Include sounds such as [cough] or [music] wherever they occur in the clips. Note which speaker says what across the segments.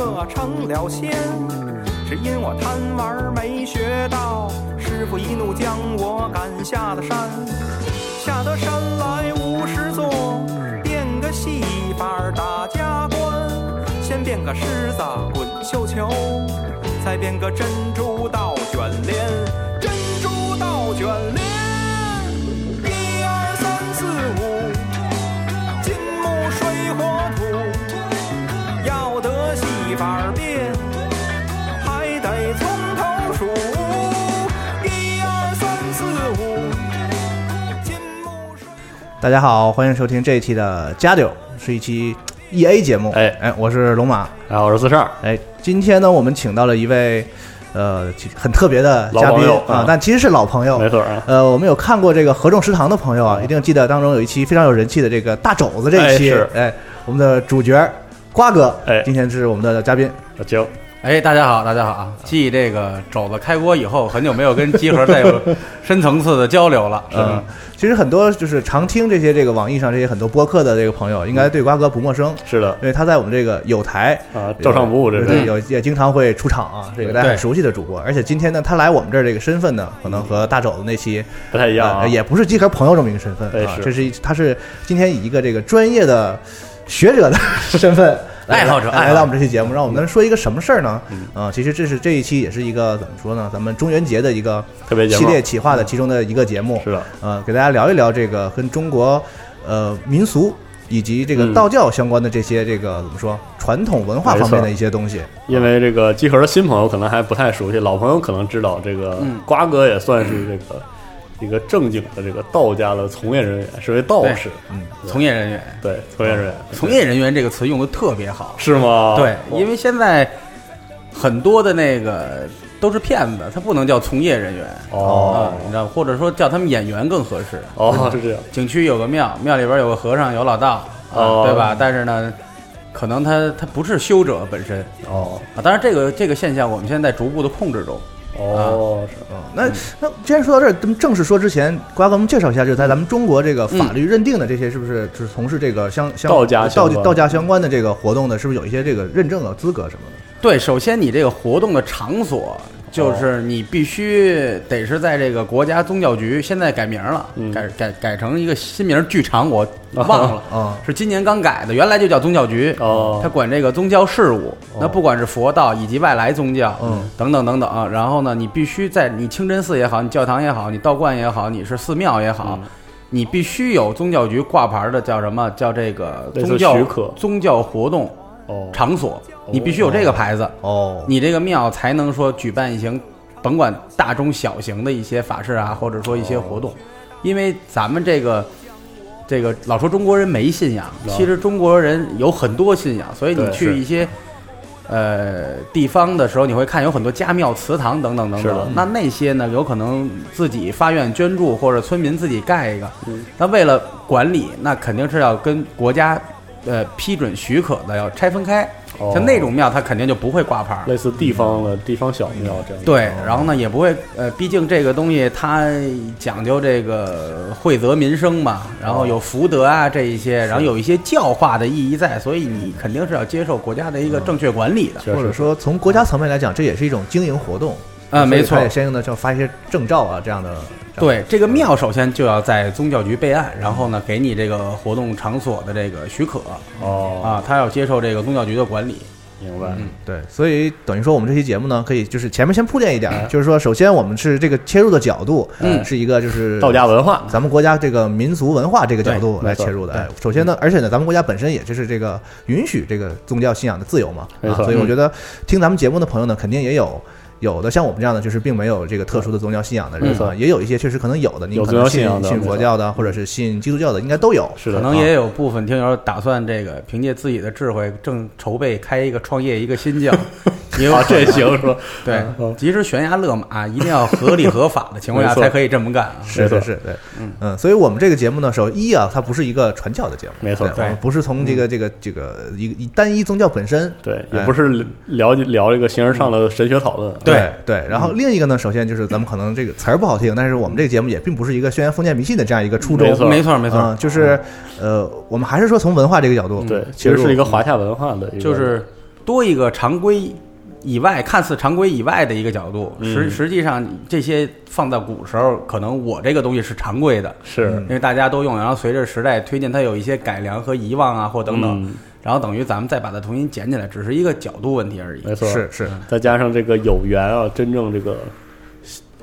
Speaker 1: 中了仙，只因我贪玩没学到，师傅一怒将我赶下了山。下得山来无事做，变个戏法儿打家关。先变个狮子滚绣球，再变个珍珠倒卷帘，珍珠倒卷帘。一二三四五，金木水火土，要得戏法儿变，还得从头数。一二三四五，金木水火
Speaker 2: 大家好，欢迎收听这一期的《加九》，是一期 E A 节目。
Speaker 3: 哎
Speaker 2: 哎，我是龙马。
Speaker 3: 啊，我是四十二，
Speaker 2: 哎，今天呢，我们请到了一位呃其很特别的
Speaker 3: 老
Speaker 2: 嘉宾
Speaker 3: 朋友
Speaker 2: 啊
Speaker 3: 啊，
Speaker 2: 但其实是老朋友
Speaker 3: 没。错啊。
Speaker 2: 呃，我们有看过这个合众食堂的朋友啊，一定记得当中有一期非常有人气的这个大肘子这一期，
Speaker 3: 哎是
Speaker 2: 哎，我们的主角瓜哥，
Speaker 3: 哎
Speaker 2: 今天是我们的嘉宾，
Speaker 3: 行，
Speaker 4: 哎，大家好，大家好啊！继这个肘子开锅以后，很久没有跟集合再
Speaker 3: [laughs]
Speaker 4: 有深层次的交流了。
Speaker 2: 嗯
Speaker 4: 嗯，，
Speaker 2: 其实很多就是常听这些这个网易上这些很多播客的这个朋友，应该对瓜哥不陌生，
Speaker 3: 是的
Speaker 2: 因为他在我们这个有台
Speaker 3: 啊，照常不误，这
Speaker 2: 对
Speaker 3: 是
Speaker 2: 有也经常会出场啊，这个大家很熟悉的主播。而且今天呢，他来我们这儿这个身份呢，可能和大肘子那期
Speaker 3: 不太一
Speaker 2: 一
Speaker 3: 样
Speaker 4: 呃
Speaker 3: 啊。
Speaker 2: 也不是集合朋友这么一个身份
Speaker 3: 哎
Speaker 2: 啊，
Speaker 3: 是
Speaker 2: 这是一他是今天以一个这个专业的学者的 [laughs] 身份。来
Speaker 4: 爱好者
Speaker 2: 来来
Speaker 4: 爱好者
Speaker 2: 到我们这期节目，让我们说一个什么事儿呢？
Speaker 3: 嗯
Speaker 2: 啊，其实这是这一期也是一个怎么说呢？咱们中元节的一个
Speaker 3: 特别节目
Speaker 2: 系列企划的其中的一个节目，
Speaker 3: 是的
Speaker 2: 呃，给大家聊一聊这个跟中国呃民俗以及这个
Speaker 3: 嗯
Speaker 2: 道教相关的这些这个怎么说传统文化
Speaker 3: 没
Speaker 2: 方面
Speaker 3: 错
Speaker 2: 的一些东西。
Speaker 3: 因为这个集合的新朋友可能还不太熟悉，老朋友可能知道这个
Speaker 4: 嗯
Speaker 3: 瓜哥也算是这个一个正经的这个道家的从业人员，是位道士，
Speaker 4: 从业人员，
Speaker 3: 对，从业人员，
Speaker 4: 哦从业人员这个词用的特别好。
Speaker 3: 是吗？哦
Speaker 4: 对，因为现在很多的那个都是骗子，他不能叫从业人员
Speaker 3: 哦
Speaker 4: 啊你知道，或者说叫他们演员更合适。
Speaker 3: 哦，是这样，
Speaker 4: 景区有个庙，庙里边有个和尚，有老道，
Speaker 3: 哦
Speaker 4: 啊，对吧？但是呢，可能他他不是修者本身
Speaker 3: 哦
Speaker 4: 啊。当然，这个这个现象我们现在逐步的控制中。
Speaker 3: 哦，是
Speaker 2: 嗯，那那既然说到这儿，咱们正式说之前，瓜哥，我们介绍一下，就是在咱们中国这个法律认定的这些，是不是就是从事这个相相
Speaker 3: 道家
Speaker 2: 道
Speaker 3: 相关
Speaker 2: 道家相关的这个活动的，是不是有一些这个认证啊、资格什么的？
Speaker 4: 对，首先你这个活动的场所，
Speaker 3: 哦
Speaker 4: 就是你必须得是在这个国家宗教局，现在改名了，
Speaker 3: 嗯
Speaker 4: 改改改成一个新名儿，剧场我忘
Speaker 3: [laughs]
Speaker 4: 了，
Speaker 2: 啊
Speaker 4: 是今年刚改的，原来就叫宗教局，
Speaker 3: 哦
Speaker 4: 它管这个宗教事务，那不管是佛道以及外来宗教，
Speaker 2: 嗯，
Speaker 4: 等等等等、啊然后呢，你必须在你清真寺也好，你教堂也好，你道观也好，你是寺庙也好。
Speaker 3: 嗯
Speaker 4: 你必须有宗教局挂牌的，叫什么？叫这个
Speaker 3: 类似
Speaker 4: 宗教
Speaker 3: 许可
Speaker 4: 宗教活动
Speaker 3: 哦，
Speaker 4: 场所，你必须有这个牌子。
Speaker 2: 哦，
Speaker 4: 你这个庙才能说举办一行，甭管大中小型的一些法事啊，或者说一些活
Speaker 3: 哦
Speaker 4: 动，因为咱们这个这个老说中国人没信仰，
Speaker 3: 啊
Speaker 4: 其实中国人有很多信仰，所以你
Speaker 3: 对
Speaker 4: 去
Speaker 3: 是
Speaker 4: 一些。呃，地方的时候你会看有很多家庙、祠堂等等等
Speaker 3: 是的
Speaker 4: 等。那那些呢，有可能自己发愿捐助，或者村民自己盖一个。
Speaker 3: 嗯
Speaker 4: 那为了管理，那肯定是要跟国家呃批准许可的，要拆分开。
Speaker 3: 哦
Speaker 4: 像那种庙，它肯定就不会挂牌儿。
Speaker 3: 类似地方的地方小庙这样，
Speaker 4: 对，然后呢也不会，呃，毕竟这个东西它讲究这个惠泽民生嘛，然后有福德啊这一些，然后有一些教化的意义在，所以你肯定是要接受国家的一个正确管理的。
Speaker 3: 确
Speaker 2: 或者
Speaker 3: 实
Speaker 2: 说从国家层面来讲，这也是一种经营活动所
Speaker 4: 啊
Speaker 2: 以
Speaker 4: 没错
Speaker 2: 它也相应的要发一些证照啊这样的。这样的
Speaker 4: 对，这个庙首先就要在宗教局备案，然后呢给你这个活动场所的这个许可
Speaker 3: 哦，
Speaker 4: 啊，嗯他要接受这个宗教局的管理。
Speaker 3: 明白，
Speaker 2: 对，所以等于说我们这期节目呢，可以就是前面先铺垫一点
Speaker 3: 嗯
Speaker 2: 儿，就是说，首先我们是这个切入的角度，
Speaker 4: 嗯
Speaker 2: 是一个就是
Speaker 3: 道家文化，
Speaker 2: 咱们国家这个民族文化这个角度
Speaker 3: 对
Speaker 2: 来
Speaker 3: 没错
Speaker 2: 切入的。哎，首先呢，而且呢，咱们国家本身也就是这个允许这个宗教信仰的自由嘛，
Speaker 3: 没
Speaker 2: 啊，
Speaker 3: 错
Speaker 2: 所以我觉得听咱们节目的朋友呢，肯定也有。有的像我们这样的，就是并没有这个特殊的宗教信仰的人
Speaker 3: 没错
Speaker 2: 啊，也有一些确实可能有的，你
Speaker 3: 有
Speaker 2: 可
Speaker 3: 宗
Speaker 2: 能
Speaker 3: 教
Speaker 2: 信
Speaker 3: 信仰的
Speaker 2: 信
Speaker 3: 没
Speaker 2: 佛
Speaker 3: 错
Speaker 2: 教的，或者是信基督教的，应该都有。
Speaker 3: 是的，
Speaker 4: 可能
Speaker 3: 啊
Speaker 4: 也有部分听友打算这个凭借自己的智慧，正筹备开一个创业一个新 [laughs] 教，也有
Speaker 3: 啊，[laughs]
Speaker 4: 可 [laughs]
Speaker 3: 这
Speaker 4: 能
Speaker 3: 行是吧？
Speaker 4: 对
Speaker 3: 嗯，
Speaker 4: 及时悬崖勒马，一定要合理合法的情
Speaker 3: [laughs]
Speaker 4: 况
Speaker 3: 没
Speaker 4: 下
Speaker 3: 错
Speaker 4: 才可以这么干啊。
Speaker 2: 是
Speaker 3: 没
Speaker 2: 是
Speaker 3: 错
Speaker 2: 是，对，嗯，所以我们这个节目呢，首一啊，它不是一个传教的节目，
Speaker 3: 没错嗯
Speaker 2: 我们
Speaker 4: 对
Speaker 2: 不是从这个这个这个一个一单一宗教本身，
Speaker 3: 对，
Speaker 2: 哎
Speaker 3: 也不是聊聊这个形而上的神学讨论啊。
Speaker 4: 对
Speaker 2: 对，然后另一个呢，首先就是咱们可能这个词儿不好听，但是我们这个节目也并不是一个宣扬封建迷信的这样一个初衷，
Speaker 3: 没错啊嗯
Speaker 4: 没错，没
Speaker 2: 嗯
Speaker 4: 错，
Speaker 2: 就是呃，我们还是说从文化这个角度，
Speaker 3: 对，
Speaker 2: 其
Speaker 3: 其
Speaker 2: 实
Speaker 3: 实是一个华夏文化的一个，
Speaker 4: 就是多一个常规以外，看似常规以外的一个角度，实
Speaker 3: 嗯
Speaker 4: 实际上这些放到古时候，可能我这个东西是常规的，
Speaker 3: 是
Speaker 4: 因为大家都用，然后随着时代推进，它有一些改良和遗忘啊，或等等，
Speaker 3: 嗯
Speaker 4: 然后等于咱们再把它重新捡起来，只是一个角度问题而已。
Speaker 3: 没错，嗯
Speaker 2: 是是，
Speaker 3: 再加上这个有缘啊，真正这个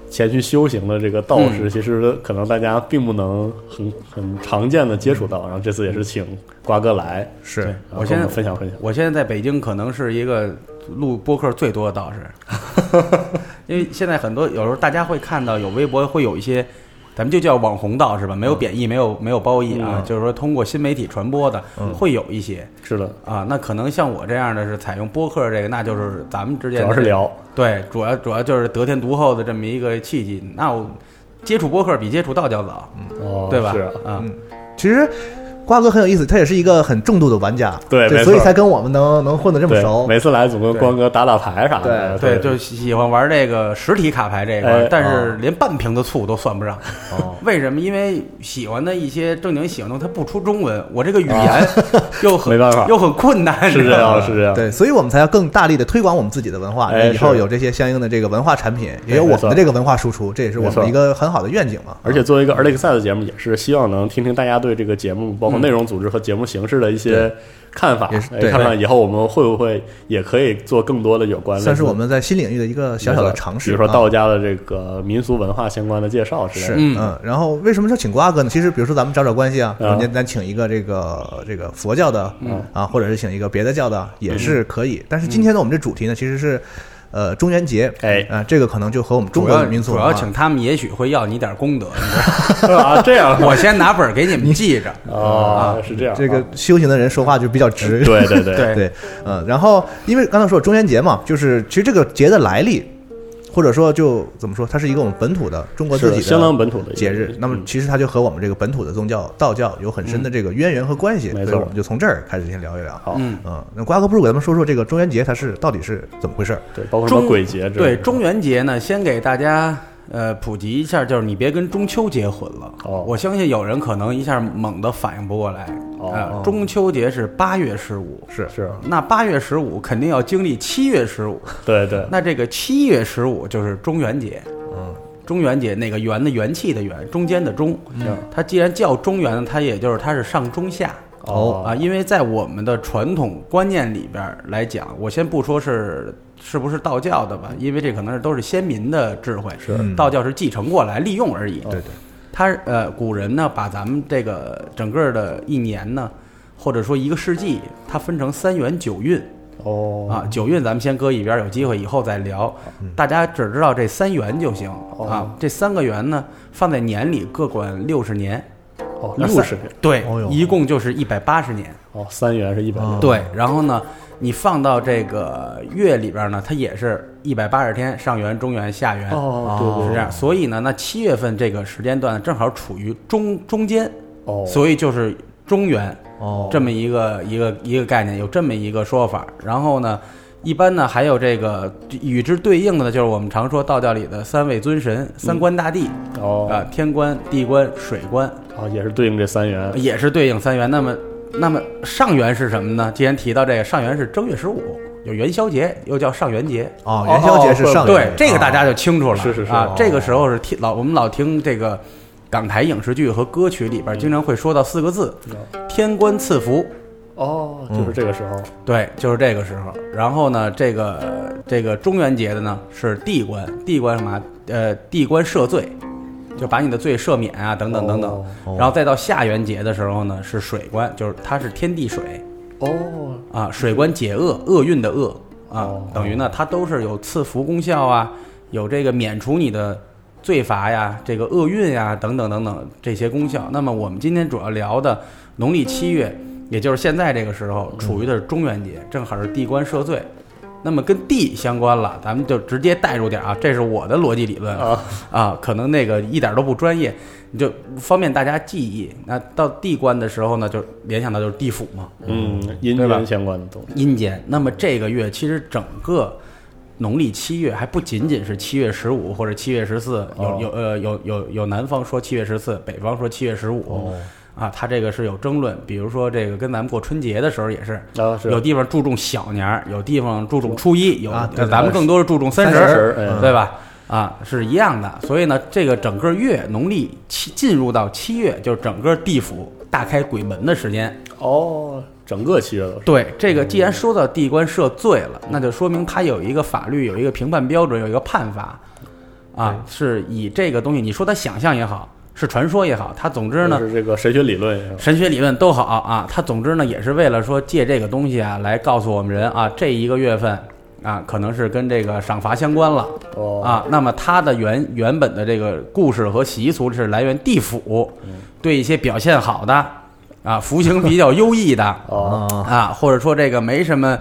Speaker 3: 前去修行的这个道士，
Speaker 4: 嗯
Speaker 3: 其实可能大家并不能很很常见的接触到。然后这次也是请瓜哥来，
Speaker 2: 是
Speaker 4: 对，
Speaker 3: 然后
Speaker 4: 我现在
Speaker 3: 跟们分享分享。
Speaker 4: 我现在在北京可能是一个录播客最多的道士，
Speaker 3: [laughs]
Speaker 4: 因为现在很多有时候大家会看到有微博会有一些，咱们就叫网红道士吧，没有贬义，没有没有褒义啊，
Speaker 3: 嗯
Speaker 4: 就是说通过新媒体传播的、会有一些
Speaker 3: 是的，
Speaker 4: 啊，那可能像我这样的是采用播客这个，那就是咱们之
Speaker 3: 主
Speaker 4: 间
Speaker 3: 要是
Speaker 4: 这
Speaker 3: 聊，
Speaker 4: 对，主要主要就是得天独厚的这么一个契机。那我接触播客比接触道教早，
Speaker 3: 哦，
Speaker 4: 对吧？
Speaker 3: 是啊，
Speaker 4: 啊，
Speaker 2: 其实。瓜哥很有意思，他也是一个很重度的玩家，
Speaker 3: 对没错
Speaker 2: 所以才跟我们能能混得这么
Speaker 3: 对，
Speaker 2: 熟。
Speaker 3: 每次来总跟光哥打打牌啥的，
Speaker 4: 对，就喜欢玩这个实体卡牌这一块，
Speaker 3: 哎
Speaker 4: 但是连半瓶子醋都算不上。
Speaker 2: 哦
Speaker 4: 为什么？因为喜欢的一些正经喜欢的，它不出中文，我这个语言又很、
Speaker 3: 啊没办法
Speaker 4: 又很困难，
Speaker 3: 是
Speaker 4: 你知
Speaker 3: 这
Speaker 4: 道吗
Speaker 3: 样，是这样，
Speaker 2: 对，所以我们才要更大力的推广我们自己的文化，
Speaker 3: 啊哎
Speaker 2: 以后
Speaker 3: 是
Speaker 2: 有这些相应的这个文化产品，也
Speaker 3: 对
Speaker 2: 有我
Speaker 3: 没
Speaker 2: 们
Speaker 3: 错
Speaker 2: 的这个文化输出，这也是我
Speaker 3: 没错
Speaker 2: 们一个很好的愿景嘛。啊
Speaker 3: 而且作为一个 early access 的节目，也是希望能听听大家对这个节目，包括内容组织和节目形式的一些看法，
Speaker 2: 嗯也是
Speaker 3: 哎
Speaker 2: 对
Speaker 3: 看看以后我们会不会也可以做更多的有关类似
Speaker 2: 算是我们在新领域的一个小小的尝试。
Speaker 3: 比如说
Speaker 2: 啊
Speaker 3: 道家的这个民俗文化相关的介绍之类
Speaker 2: 是
Speaker 3: 的。
Speaker 4: 嗯
Speaker 2: 嗯，然后为什么说请瓜哥呢？其实比如说咱们找找关系啊，比如
Speaker 3: 啊
Speaker 2: 咱咱请一个这个这个佛教的
Speaker 3: 嗯
Speaker 2: 啊，或者是请一个别的教的也是可以。但是今天呢，我们这主题呢其实是呃中元节，
Speaker 3: 哎
Speaker 2: 啊，这个可能就和我们中
Speaker 4: 主
Speaker 2: 国
Speaker 4: 要
Speaker 2: 的民俗
Speaker 4: 主
Speaker 2: 文
Speaker 4: 要
Speaker 2: 化
Speaker 4: 请他们，也许会要你点
Speaker 3: [laughs]
Speaker 4: 功德，你知道吗
Speaker 3: 啊，这样
Speaker 2: [laughs]
Speaker 4: 我先拿本儿给你们记着。
Speaker 3: 啊，是这样，
Speaker 2: 这个
Speaker 3: 啊
Speaker 2: 修行的人说话就比较直，
Speaker 3: 对 [laughs] 对对
Speaker 2: [laughs]
Speaker 4: 对
Speaker 2: 对，嗯，然后因为刚才说中元节嘛，就是其实这个节的来历，或者说就怎么说，它是一个我们本土的中国自己
Speaker 3: 是
Speaker 2: 的
Speaker 3: 相当本土的一个嗯
Speaker 2: 节日。那么其实它就和我们这个本土的宗教道教有很深的这个渊源和关系，所
Speaker 3: 没
Speaker 2: 以
Speaker 3: 错
Speaker 2: 我们就从这儿开始先聊一聊。
Speaker 3: 好，
Speaker 4: 嗯
Speaker 2: 嗯，那瓜哥不如给咱们说说这个中元节它是到底是怎么回事儿？
Speaker 3: 对，包括什
Speaker 4: 中
Speaker 3: 么鬼节之类的
Speaker 4: 对，中元节呢，先给大家呃普及一下，就是你别跟中秋节混了。
Speaker 3: 哦
Speaker 4: 我相信有人可能一下猛地反应不过来。
Speaker 3: 哦
Speaker 4: 呃中秋节是八月十五，
Speaker 2: 是
Speaker 3: 是，啊
Speaker 4: 那八月十五肯定要经历七月十五，
Speaker 3: 对对，
Speaker 4: 那这个七月十五就是中元节。嗯。中元节那个元的元气的元，中间的中，它既然叫中元呢，它也就是它是上中下，
Speaker 3: 哦
Speaker 4: 啊，因为在我们的传统观念里边儿来讲，我先不说是是不是道教的吧，因为这可能是都是先民的智慧，是道教是继承过来利用而
Speaker 3: 哦
Speaker 4: 已。
Speaker 2: 对对，
Speaker 4: 他呃，古人呢把咱们这个整个的一年呢，或者说一个世纪，它分成三元九运。
Speaker 3: 哦嗯
Speaker 4: 啊，九运咱们先搁一边儿，有机会以后再聊。大家只知道这三元就行
Speaker 3: 哦
Speaker 4: 啊，这三个元呢放在年里各管六十年，
Speaker 3: 哦，
Speaker 4: 那
Speaker 3: 六
Speaker 4: 三
Speaker 3: 十年，
Speaker 4: 对
Speaker 2: 哦，哟
Speaker 4: 一共就是一百八十年。
Speaker 3: 哦，三元是一百六，
Speaker 4: 啊对，然后呢，你放到这个月里边呢，它也是一百八十天，上元、中元、下元，啊
Speaker 3: 哦对对
Speaker 4: 是这样。所以呢，那七月份这个时间段正好处于中中间，
Speaker 3: 哦，
Speaker 4: 所以就是中元
Speaker 2: 哦
Speaker 4: 这么一个一个一个概念，有这么一个说法。然后呢，一般呢还有这个与之对应的呢，就是我们常说道教里的三位尊神、三官大帝
Speaker 3: 以
Speaker 4: 啊、
Speaker 3: 嗯哦
Speaker 4: 天官、地官、水官，
Speaker 3: 哦也是对应这三元，
Speaker 4: 也是对应三元。那么，那么上元是什么呢？既然提到这个，上元是正月十五，有元宵节，又叫上元节。
Speaker 2: 哦，元宵节是哦上元
Speaker 4: 对，这个大家就清楚了。
Speaker 3: 是是是
Speaker 4: 啊
Speaker 3: 哦，
Speaker 4: 这个时候是听老我们老听这个港台影视剧和歌曲里边经常会说到四个字：天官赐福。
Speaker 3: 哦，就是这个时
Speaker 2: 嗯
Speaker 3: 候，
Speaker 4: 对，就是这个时候。然后呢，这个这个中元节的呢是地官，地官什么啊？呃，地官赦罪，就把你的罪赦免啊，等等等等。
Speaker 2: 哦
Speaker 4: 然后再到下元节的时候呢，是水官，就是它是天地水
Speaker 3: 哦，
Speaker 4: 啊，水官解厄，厄运的厄啊，
Speaker 3: 哦
Speaker 4: 等于呢它都是有赐福功效啊，有这个免除你的罪罚呀，这个厄运呀，等等等等这些功
Speaker 3: 哦
Speaker 4: 效。那么我们今天主要聊的农历七月，也就是现在这个时
Speaker 3: 嗯
Speaker 4: 候，处于的是中元节，正好是地官赦罪。那么跟地相关了，咱们就直接带入点啊，这是我的逻辑理论
Speaker 3: 啊
Speaker 4: 啊，可能那个一点都不专业，你就方便大家记忆。那到地官的时候呢，就联想到就是地府嘛，
Speaker 3: 嗯，阴
Speaker 4: 对吧
Speaker 3: 间相关的东西，
Speaker 4: 阴间。那么这个月其实整个农历七月还不仅仅是七月十五或者七月十四，有
Speaker 3: 哦哦
Speaker 4: 有呃有有有南方说七月十四，北方说七月十五、啊，它这个是有争论。比如说这个跟咱们过春节的时候也是，
Speaker 3: 啊是
Speaker 4: 有地方注重小年儿，有地方注重初一，有、呃
Speaker 2: 啊对
Speaker 4: 咱们更多是注重三
Speaker 3: 三十
Speaker 4: 十
Speaker 3: 儿哎，
Speaker 4: 对吧？啊，是一样的。所以呢，这个整个月农历七进入到七月，就是整个地府大开鬼门的时间。
Speaker 3: 哦，整个七月都是
Speaker 4: 对，这个既然说到地官赦罪了，那就说明它有一个法律，有一个评判标准，有一个判罚，啊，是以这个东西，你说它想象也好，是传说也好，它总之呢
Speaker 3: 就，是这个神学理论也是
Speaker 4: 神学理论都好啊，它总之呢也是为了说借这个东西啊，来告诉我们人啊，这一个月份啊，可能是跟这个赏罚相关了。
Speaker 3: 哦
Speaker 4: 啊，那么它的原原本的这个故事和习俗是来源地府，
Speaker 3: 嗯
Speaker 4: 对一些表现好的啊，服刑比较优异的
Speaker 3: 哦
Speaker 2: 啊，
Speaker 4: 啊，或者说这个没什么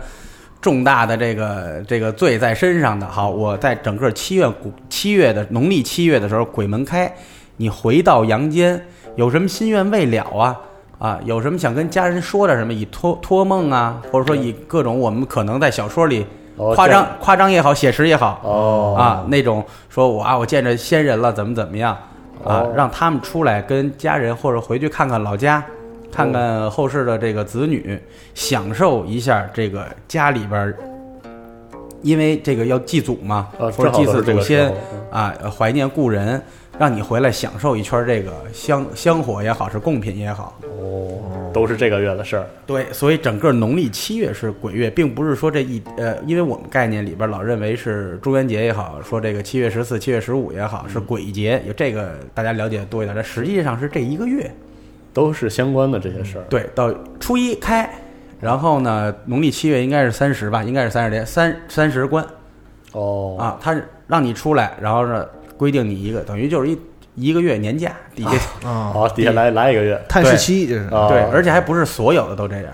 Speaker 4: 重大的这个这个罪在身上的，好，我在整个七月古七月的农历七月的时候，鬼门开，你回到阳间，有什么心愿未了啊？啊，有什么想跟家人说的什么？以托托梦啊，或者说以各种我们可能在小说里
Speaker 3: 哦
Speaker 4: 夸
Speaker 3: 这
Speaker 4: 张、
Speaker 3: 样
Speaker 4: 夸张也好，写实也好，
Speaker 3: 哦
Speaker 4: 啊，那种说我啊，我见着仙人了，怎么怎么样啊
Speaker 3: 哦，
Speaker 4: 让他们出来跟家人或者回去看看老家，看看后世的这个子女，享受一下这个家里边儿，因为这个要祭祖嘛，
Speaker 3: 啊
Speaker 4: 或者祭祀祖
Speaker 3: 正
Speaker 4: 先
Speaker 3: 好都是这个时嗯
Speaker 4: 啊，呃怀念故人，让你回来享受一圈儿这个香香火也好，是贡品也好。
Speaker 3: 哦，都是这个月的事儿
Speaker 4: 对，所以整个农历七月是鬼月，并不是说这一呃，因为我们概念里边老认为是中元节也好，说这个七月十四、七月十五也好是鬼节，有这个大家了解得多一点。但实际上是这一个月，
Speaker 3: 都是相关的这些事儿。
Speaker 4: 对，到初一开，然后呢，农历七月应该是三十吧，应该是三十天，三三十关
Speaker 3: 哦，
Speaker 4: 啊，他让你出来，然后呢规定你一个，等于就是一一个月年假底下，
Speaker 3: 好，底下来来一个月
Speaker 2: 探视期就是
Speaker 3: 啊，
Speaker 4: 对，而且还不是所有的都这样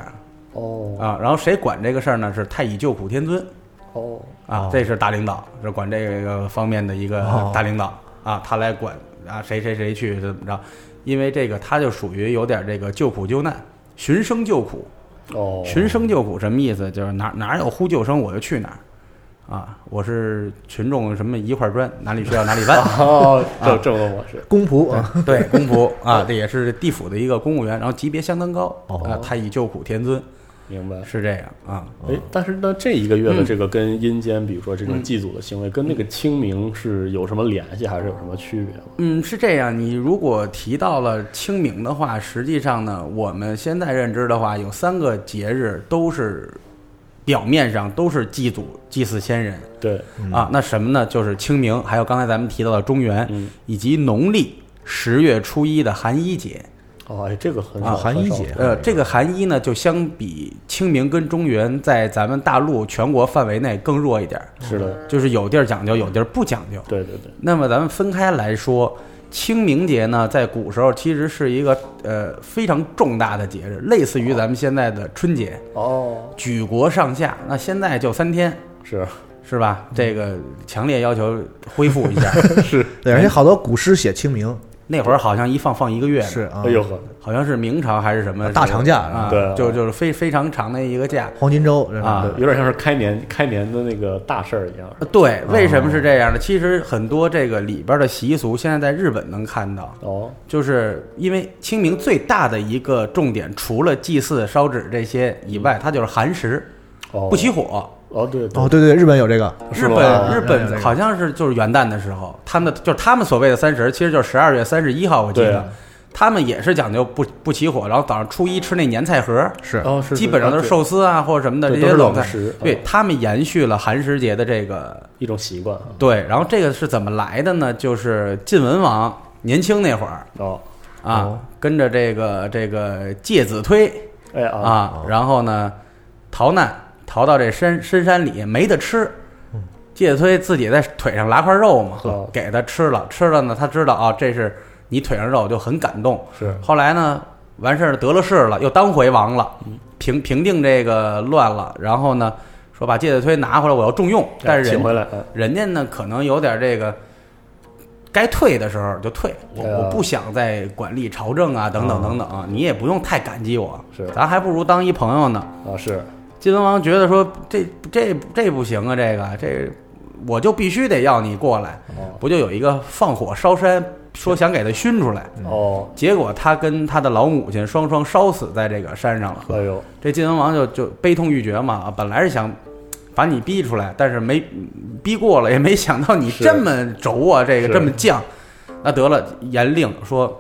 Speaker 3: 哦
Speaker 4: 啊。然后谁管这个事儿呢？是太乙救苦天尊。
Speaker 3: 哦哦
Speaker 4: 啊，这是大领导，是管这个方面的一个大领导啊，他来管啊，谁谁谁去怎么着？因为这个他就属于有点这个救苦救难、寻声救苦。
Speaker 3: 哦， [laughs]
Speaker 4: 寻声救苦什么意思？就是哪哪有呼救声我就去哪儿啊，我是群众什么一块砖，哪里需
Speaker 3: [laughs]
Speaker 4: 要哪里搬。
Speaker 3: 哦，这这么个模式
Speaker 2: 公仆啊，
Speaker 4: 对，公仆啊，这也是地府的一个公务员，然后级别相当高
Speaker 3: 哦
Speaker 4: 啊，太乙救苦天尊
Speaker 3: 明白。
Speaker 4: 是这样啊。
Speaker 3: 哎，但是呢，这一个月的这个跟阴间，比如说这种祭祖的行为，跟那个清明是有什么联系，还是有什么区别吗？
Speaker 4: 嗯，是这样。你如果提到了清明的话，实际上呢，我们现在认知的话，有三个节日都是表面上都是祭祖、祭祀先人、
Speaker 3: 对，
Speaker 4: 啊。那什么呢？就是清明，还有刚才咱们提到的中元，
Speaker 3: 嗯
Speaker 4: 以及农历十月初一的寒衣节。
Speaker 3: 哦，哎，这个很
Speaker 2: 啊
Speaker 3: 少，
Speaker 2: 寒衣
Speaker 3: 很少
Speaker 2: 节
Speaker 4: 呃，这个寒衣呢，就相比清明跟中元，在咱们大陆全国范围内更弱一点儿，
Speaker 3: 是的，
Speaker 4: 就是有地儿讲究，有地儿不讲究。
Speaker 3: 对对对，
Speaker 4: 那么咱们分开来说，清明节呢，在古时候其实是一个呃非常重大的节日，类似于咱们现在的春节，
Speaker 3: 哦，
Speaker 4: 举国上下。那现在就三天，
Speaker 3: 是
Speaker 4: 是
Speaker 2: 嗯
Speaker 4: 吧？这个强烈要求恢复一
Speaker 2: [laughs]
Speaker 4: 下。
Speaker 2: 对，而且好多古诗写清明
Speaker 4: 那会儿好像一放放一个月，
Speaker 2: 是，啊
Speaker 3: 哎，呦呵，
Speaker 4: 好像是明朝还是什么
Speaker 2: 大长假嗯
Speaker 4: 啊，
Speaker 3: 对啊
Speaker 4: 就就是非非常长的一个假。
Speaker 2: 黄金周这是
Speaker 4: 啊
Speaker 3: 对有点像是开年开年的那个大事儿一样。
Speaker 4: 对，为什
Speaker 2: 嗯
Speaker 4: 么是这样呢？其实很多这个里边的习俗，现在在日本能看到，
Speaker 3: 哦，
Speaker 4: 就是因为清明最大的一个重点，除了祭祀、烧纸这些以外，它就是寒食，
Speaker 3: 嗯哦，
Speaker 4: 不起火。
Speaker 3: 哦，对对
Speaker 2: 哦，对对，日本有这个，
Speaker 3: 是嗯
Speaker 4: 日
Speaker 3: 吗
Speaker 4: 本
Speaker 2: 啊
Speaker 4: 日
Speaker 2: 这
Speaker 4: 本
Speaker 2: 个
Speaker 4: 好像是就是元旦的时候，他们的就是他们所谓的三十，其实就是十二月三十一号，我记
Speaker 3: 对
Speaker 4: 得
Speaker 3: 啊，
Speaker 4: 他们也是讲究不不起火，然后早上初一吃那年菜盒，
Speaker 2: 是
Speaker 3: 哦，是
Speaker 4: 基本上都是
Speaker 3: 对
Speaker 4: 寿司啊或者什么的这
Speaker 3: 对
Speaker 4: 些
Speaker 3: 都是
Speaker 4: 冷
Speaker 3: 冷
Speaker 4: 菜
Speaker 3: 食。
Speaker 4: 对
Speaker 3: 啊
Speaker 4: 他们延续了寒食节的这个
Speaker 3: 一种习惯啊。
Speaker 4: 对，然后这个是怎么来的呢？就是晋文王年轻那会儿，
Speaker 3: 哦，
Speaker 4: 啊，跟着这个这个介子推
Speaker 3: 哎
Speaker 4: 啊，
Speaker 3: 啊，
Speaker 4: 然后呢逃难，逃到这深深山里没得吃。
Speaker 3: 嗯
Speaker 4: 介子推自己在腿上拉块肉嘛，
Speaker 3: 呵
Speaker 4: 给他吃了，吃了呢，他知道啊，这是你腿上肉，就很感动。
Speaker 3: 是
Speaker 4: 后来呢，完事儿得了势了，又当回王了，
Speaker 3: 嗯
Speaker 4: 平平定这个乱了，然后呢，说把介子推拿回来，我要重用，但是人
Speaker 3: 请回来，哎
Speaker 4: 人家呢可能有点这个，该退的时候就退，我
Speaker 3: 对啊
Speaker 4: 我不想再管理朝政啊，等等等等啊，你也不用太感激我，
Speaker 3: 是
Speaker 4: 咱还不如当一朋友呢。
Speaker 3: 啊是
Speaker 4: 晋文王觉得说这这这不行啊，这个这我就必须得要你过来，
Speaker 3: 哦
Speaker 4: 不就有一个放火烧山说想给他熏出来，
Speaker 3: 哦，
Speaker 4: 结果他跟他的老母亲双双烧死在这个山上了。
Speaker 3: 哎呦，
Speaker 4: 这晋文王就就悲痛欲绝嘛，啊本来是想把你逼出来，但是没逼过了，也没想到你
Speaker 3: 是
Speaker 4: 这么轴啊，这个
Speaker 3: 是
Speaker 4: 这么犟。那得了，严令说，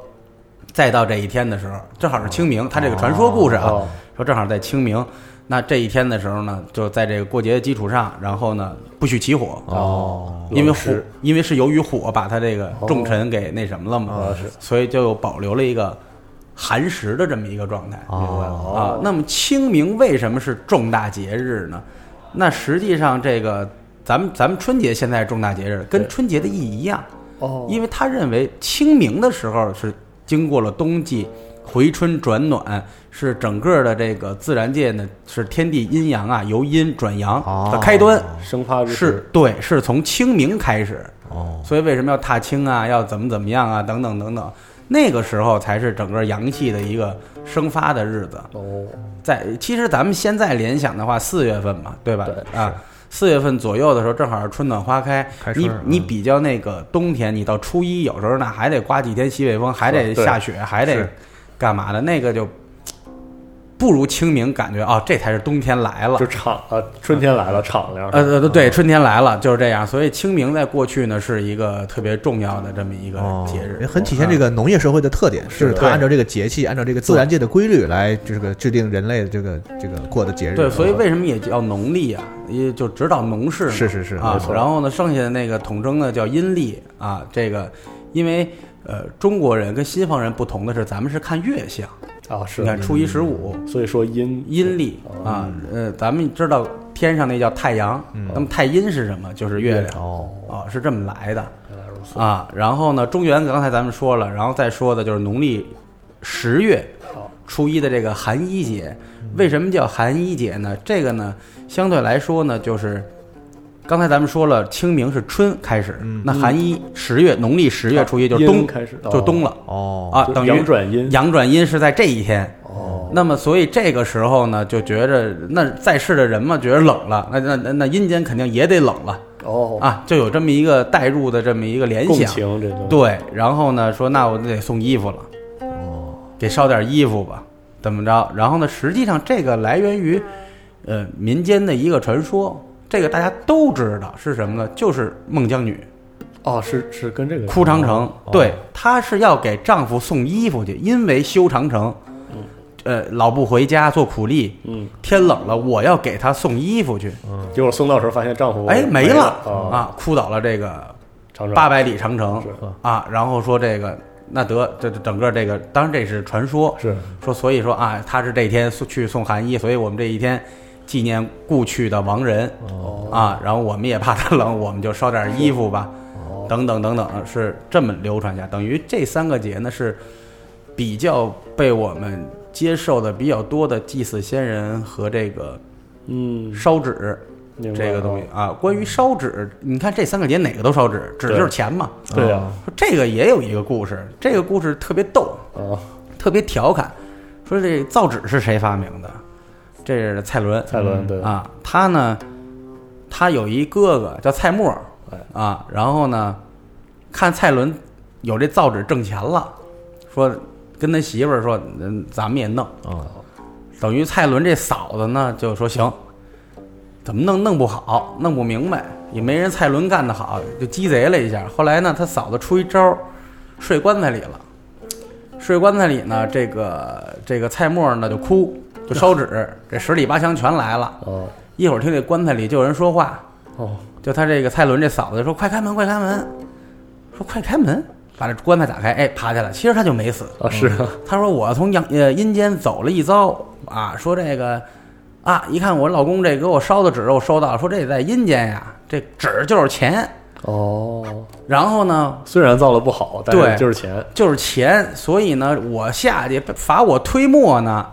Speaker 4: 再到这一天的时候，正好是清明，他这个传说故事啊，
Speaker 3: 哦
Speaker 4: 说正好在清明。那这一天的时候呢，就在这个过节的基础上，然后呢，不许起火，
Speaker 2: 哦，
Speaker 4: 因为
Speaker 3: 冷
Speaker 4: 火
Speaker 3: 食，
Speaker 4: 因为是由于火把他这个重臣给那什么了嘛，
Speaker 3: 哦是
Speaker 4: 所以就保留了一个寒食的这么一个状态。
Speaker 2: 哦
Speaker 4: 啊，那么清明为什么是重大节日呢？那实际上这个咱们咱们春节现在是重大节日，跟春节的意义一样，
Speaker 3: 哦，
Speaker 4: 因为他认为清明的时候是经过了冬季。回春转暖是整个的这个自然界呢，是天地阴阳啊，由阴转阳的开端。
Speaker 3: 哦生怕就是
Speaker 4: 对，是从清明开始。哦，所以为什么要踏青啊？要怎么怎么样啊？等等等等，那个时候才是整个阳气的一个生发的日子。
Speaker 3: 哦，
Speaker 4: 在其实咱们现在联想的话，四月份嘛，对吧？
Speaker 3: 对
Speaker 4: 啊，四月份左右的时候，正好是春暖花开。
Speaker 2: 开春
Speaker 4: 你
Speaker 2: 嗯
Speaker 4: 你比较那个冬天，你到初一有时候那还得刮几天西北风，还得
Speaker 3: 对
Speaker 4: 下雪，还得
Speaker 2: 是
Speaker 4: 干嘛的？那个就不如清明感觉啊，这才是冬天来了。
Speaker 3: 就敞啊，春天来了，敞亮。
Speaker 4: 呃呃
Speaker 2: 嗯
Speaker 4: 对，春天来了就是这样，所以清明在过去呢是一个特别重要的这么一个节日，
Speaker 2: 哦
Speaker 4: 嗯
Speaker 2: 也很体现这个农业社会的特点，就是它
Speaker 3: 对
Speaker 2: 按照这个节气，按照这个自然界的规律来，这个制定人类这个这个过的节日。嗯
Speaker 4: 对，所以为什么也叫农历啊？也就指导农事嘛
Speaker 2: 是是是
Speaker 4: 啊
Speaker 2: 没。
Speaker 3: 错
Speaker 4: 然后呢，剩下的那个统称呢叫阴历啊。这个因为呃中国人跟西方人不同的是，咱们是看月相，
Speaker 3: 啊，是
Speaker 4: 你，看初一十五
Speaker 2: 嗯
Speaker 3: 所以说阴
Speaker 4: 阴历啊，呃，咱们知道天上那叫太阳，
Speaker 2: 嗯
Speaker 4: 那么太阴是什么？就是月亮
Speaker 2: 哦，
Speaker 4: 啊，是这么来的。
Speaker 3: 原来如此
Speaker 4: 啊，然后呢，中原刚才咱们说了，然后再说的就是农历十月
Speaker 3: 好
Speaker 4: 初一的这个寒衣节，
Speaker 3: 嗯
Speaker 4: 为什么叫寒衣节呢？这个呢，相对来说呢，就是刚才咱们说了，清明是春开始，那寒衣十月农历十月初一就
Speaker 3: 嗯
Speaker 4: 是
Speaker 3: 啊阴
Speaker 4: 冬
Speaker 3: 开始
Speaker 4: 就冬了、
Speaker 2: 哦，
Speaker 4: 啊
Speaker 3: 就，
Speaker 4: 等于
Speaker 3: 阳转阴
Speaker 4: 阳转阴是在这一天。
Speaker 3: 哦，
Speaker 4: 那么，所以这个时候呢，就觉着那在世的人嘛，觉着冷了，那那那那阴间肯定也得冷了
Speaker 3: 哦，
Speaker 4: 啊，就有这么一个代入的这么一个联
Speaker 3: 共
Speaker 4: 想。
Speaker 3: 情这种，
Speaker 4: 对，然后呢说那我得送衣服了，哦，给烧点衣服吧，怎么着？然后呢，实际上这个来源于呃民间的一个传说，这个大家都知道是什么呢？就是孟姜女
Speaker 3: 哦，是是跟这个
Speaker 4: 哭长城，
Speaker 2: 哦
Speaker 4: 对，她是要给丈夫送衣服去，因为修长城，呃，老不回家做苦力，
Speaker 3: 嗯，
Speaker 4: 天冷了，我要给她送衣服去，
Speaker 3: 结果送到时候发现丈夫
Speaker 4: 哎，
Speaker 3: 没
Speaker 4: 了
Speaker 3: 啊，
Speaker 4: 啊，哭倒了这个
Speaker 3: 长城
Speaker 4: 八百里长城
Speaker 3: 是
Speaker 4: 啊，然后说这个那得这这整个这个，当然这是传说，
Speaker 3: 是
Speaker 4: 说所以说啊，他是这一天送去送寒衣，所以我们这一天纪念故去的亡人
Speaker 3: 哦
Speaker 4: 啊，然后我们也怕他冷，我们就烧点衣服吧，
Speaker 3: 哦
Speaker 4: 等等等等，是这么流传下，等于这三个节呢是比较被我们接受的比较多的祭祀先人和这个
Speaker 3: 嗯，
Speaker 4: 烧纸。
Speaker 3: 明白
Speaker 4: 这个东西啊，关于烧纸，你看这三个节哪个都烧纸，纸就是钱嘛。
Speaker 3: 对呀
Speaker 4: 说这个也有一个故事，这个故事特别逗，
Speaker 3: 啊，
Speaker 4: 特别调侃，说这造纸是谁发明的？这是蔡伦
Speaker 3: 蔡伦对
Speaker 4: 啊，他呢，他有一哥哥叫蔡墨
Speaker 3: 哎
Speaker 4: 啊，然后呢，看蔡伦有这造纸挣钱了，说跟他媳妇儿说，嗯，咱们也弄。
Speaker 3: 啊
Speaker 2: 哦，
Speaker 4: 等于蔡伦这嫂子呢，就说行，怎么弄弄不好，弄不明白，也没人蔡伦干得好，就鸡贼了一下。后来呢，他嫂子出一招儿，睡棺材里了。睡棺材里呢，这个这个蔡沫呢就哭，就烧纸，这十里八乡全来了。
Speaker 3: 哦
Speaker 4: 一会儿听这棺材里就有人说话，
Speaker 3: 哦
Speaker 4: 就他这个蔡伦这嫂子说：“快开门，快开门！”说：“快开门！”把这棺材打开，哎，爬起来。其实他就没死，
Speaker 3: 啊是啊
Speaker 4: 他说我从阳呃阴间走了一遭啊，说这个啊，一看我老公这给我烧的纸，我收到了，说这在阴间呀，这纸就是钱。
Speaker 3: 哦，
Speaker 4: 然后呢，
Speaker 3: 虽然造的不好，但
Speaker 4: 对
Speaker 3: 是就是钱
Speaker 4: 就是钱，所以呢，我下去罚我推磨呢，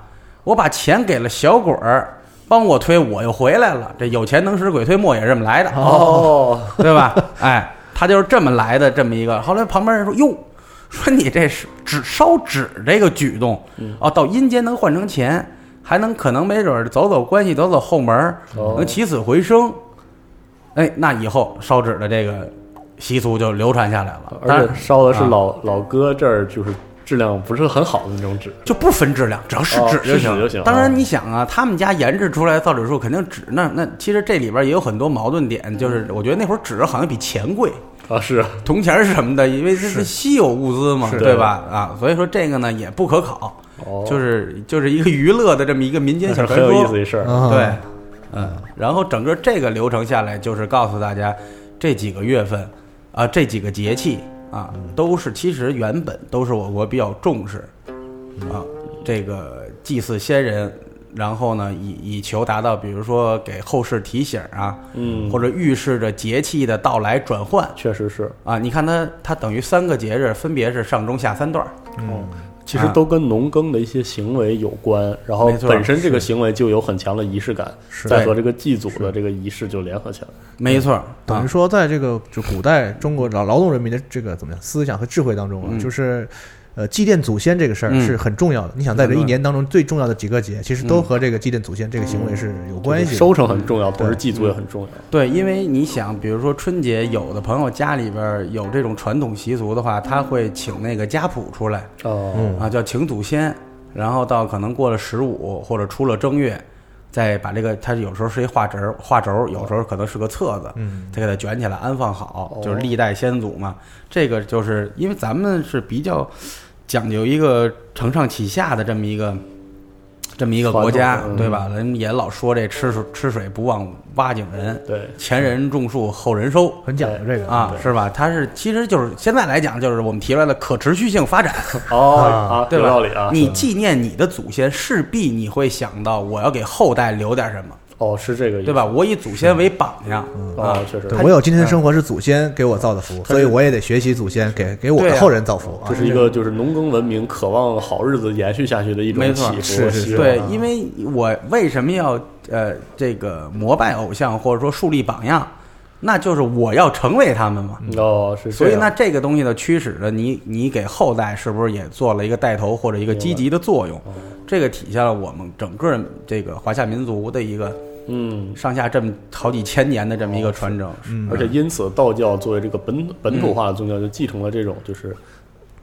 Speaker 4: 我把钱给了小鬼儿，帮我推，我又回来了。这有钱能使鬼推磨也是这么来的，
Speaker 3: 哦，
Speaker 4: 对吧？ [laughs] 哎，他就是这么来的这么一个。后来旁边人说：“哟， [laughs] 说你这是纸烧纸这个举动，
Speaker 3: 嗯
Speaker 4: 哦，到阴间能换成钱，还能可能没准儿走走关系，走走后门儿，
Speaker 3: 哦
Speaker 4: 能起死回生。哎，那以后烧纸的这个习俗就流传下来了。当
Speaker 3: 而且
Speaker 4: 然
Speaker 3: 烧的是
Speaker 4: 啊
Speaker 3: 老老哥这儿，就是质量不是很好的那种纸，
Speaker 4: 就不分质量，只要是
Speaker 3: 哦
Speaker 4: 纸
Speaker 3: 是
Speaker 4: 就行。
Speaker 3: 纸就行
Speaker 4: 当
Speaker 3: 啊
Speaker 4: 然，你想啊，他们家研制出来的造纸术肯定纸，那那其实这里边也有很多矛盾点，
Speaker 3: 嗯
Speaker 4: 就是我觉得那会儿纸好像比钱贵，
Speaker 3: 啊，是啊
Speaker 4: 铜钱儿什么的，因为这是稀有物资嘛，
Speaker 3: 是
Speaker 4: 对吧？啊，所以说这个呢也不可考，
Speaker 3: 哦
Speaker 4: 就是就是一个娱乐的这么一个民间小
Speaker 3: [laughs]
Speaker 4: 传
Speaker 3: 很有意思
Speaker 4: 说，嗯
Speaker 3: 一事儿。
Speaker 2: 啊
Speaker 4: 对，嗯，然后整个这个流程下来，就是告诉大家这几个月份啊，这几个节气啊，
Speaker 3: 嗯
Speaker 4: 都是其实原本都是我国比较重视
Speaker 3: 嗯
Speaker 4: 啊，这个祭祀先人。然后呢，以以求达到，比如说给后世提醒啊，
Speaker 3: 嗯
Speaker 4: 或者预示着节气的到来转换，
Speaker 3: 确实是，
Speaker 4: 啊，你看它它等于三个节日，分别是上中下三段儿。
Speaker 3: 嗯，其实都跟农耕的一些行为有关，然后
Speaker 4: 啊没错
Speaker 3: 本身这个行为就有很强的仪式感，再
Speaker 4: 对
Speaker 3: 和这个祭祖的这个仪式就联合起来。
Speaker 4: 没错儿，
Speaker 2: 等于
Speaker 4: 啊
Speaker 2: 说，在这个就古代中国劳劳动人民的这个怎么样思想和智慧当中啊，就是呃祭奠祖先这个事儿
Speaker 4: 嗯
Speaker 2: 是很重要的。你想，在这一年当中最重要的几个节，其实都
Speaker 4: 嗯
Speaker 2: 和这个祭奠祖先这个行为是有关系的。
Speaker 3: 收成很重要，同时祭祖也很重要。
Speaker 4: 对，因为你想，比如说春节，有的朋友家里边儿有这种传统习俗的话，他会请那个家谱出来
Speaker 3: 哦，
Speaker 4: 啊，叫请祖先，然后到可能过了十五或者出了正月。再把这个，它有时候是一画轴儿，画轴
Speaker 3: 哦
Speaker 4: 儿有时候可能是个册子，
Speaker 2: 嗯，
Speaker 4: 再给它卷起来安放
Speaker 3: 哦
Speaker 4: 好，就是历代先祖嘛。这个就是因为咱们是比较讲究一个承上启下的这么一个这么一个国家
Speaker 3: 传统，嗯嗯
Speaker 4: 对吧？人也老说这吃水吃水不忘挖井人，
Speaker 3: 对，
Speaker 4: 前人种树后人收。
Speaker 2: 很讲究这个
Speaker 4: 啊，是吧？它是其实就是现在来讲，就是我们提出来的可持续性发
Speaker 3: [laughs]
Speaker 4: 展，
Speaker 3: 哦啊，
Speaker 4: 对
Speaker 3: 有
Speaker 4: 吧？
Speaker 3: 道理啊。
Speaker 4: 你纪念你的祖先，势必你会想到我要给后代留点什么，
Speaker 3: 哦，是这个意思
Speaker 4: 对吧？？我以祖先为榜样啊
Speaker 3: 哦，，确实
Speaker 2: 对，我有今天
Speaker 4: 嗯
Speaker 2: 的生活是祖先给我造的福，所以我也得学习祖先给给我
Speaker 4: 对
Speaker 2: 的
Speaker 4: 啊
Speaker 2: 后人造福啊
Speaker 3: 这。是一个就是农耕文明渴望好日子延续下去的一种
Speaker 4: 没
Speaker 3: 祈
Speaker 4: 错
Speaker 3: 福
Speaker 2: 是是
Speaker 3: 希
Speaker 2: 是
Speaker 3: 望
Speaker 4: 对，因为我为什么要呃这个膜拜偶像或者说树立榜样，那就是我要成为他们嘛。
Speaker 3: 哦，是这
Speaker 4: 所
Speaker 3: 样，
Speaker 4: 以那这个东西呢，驱使着
Speaker 3: 啊
Speaker 4: 你，你给后代是不是也做了一个带头或者一个积极的作用？
Speaker 3: 嗯
Speaker 4: 这个体现了我们整个这个华夏民族的一个
Speaker 3: 嗯，
Speaker 4: 上下这么好几千年的这么一个传承。嗯
Speaker 3: 而且因此道教作为这个本本土化的宗教，就继承了这种就是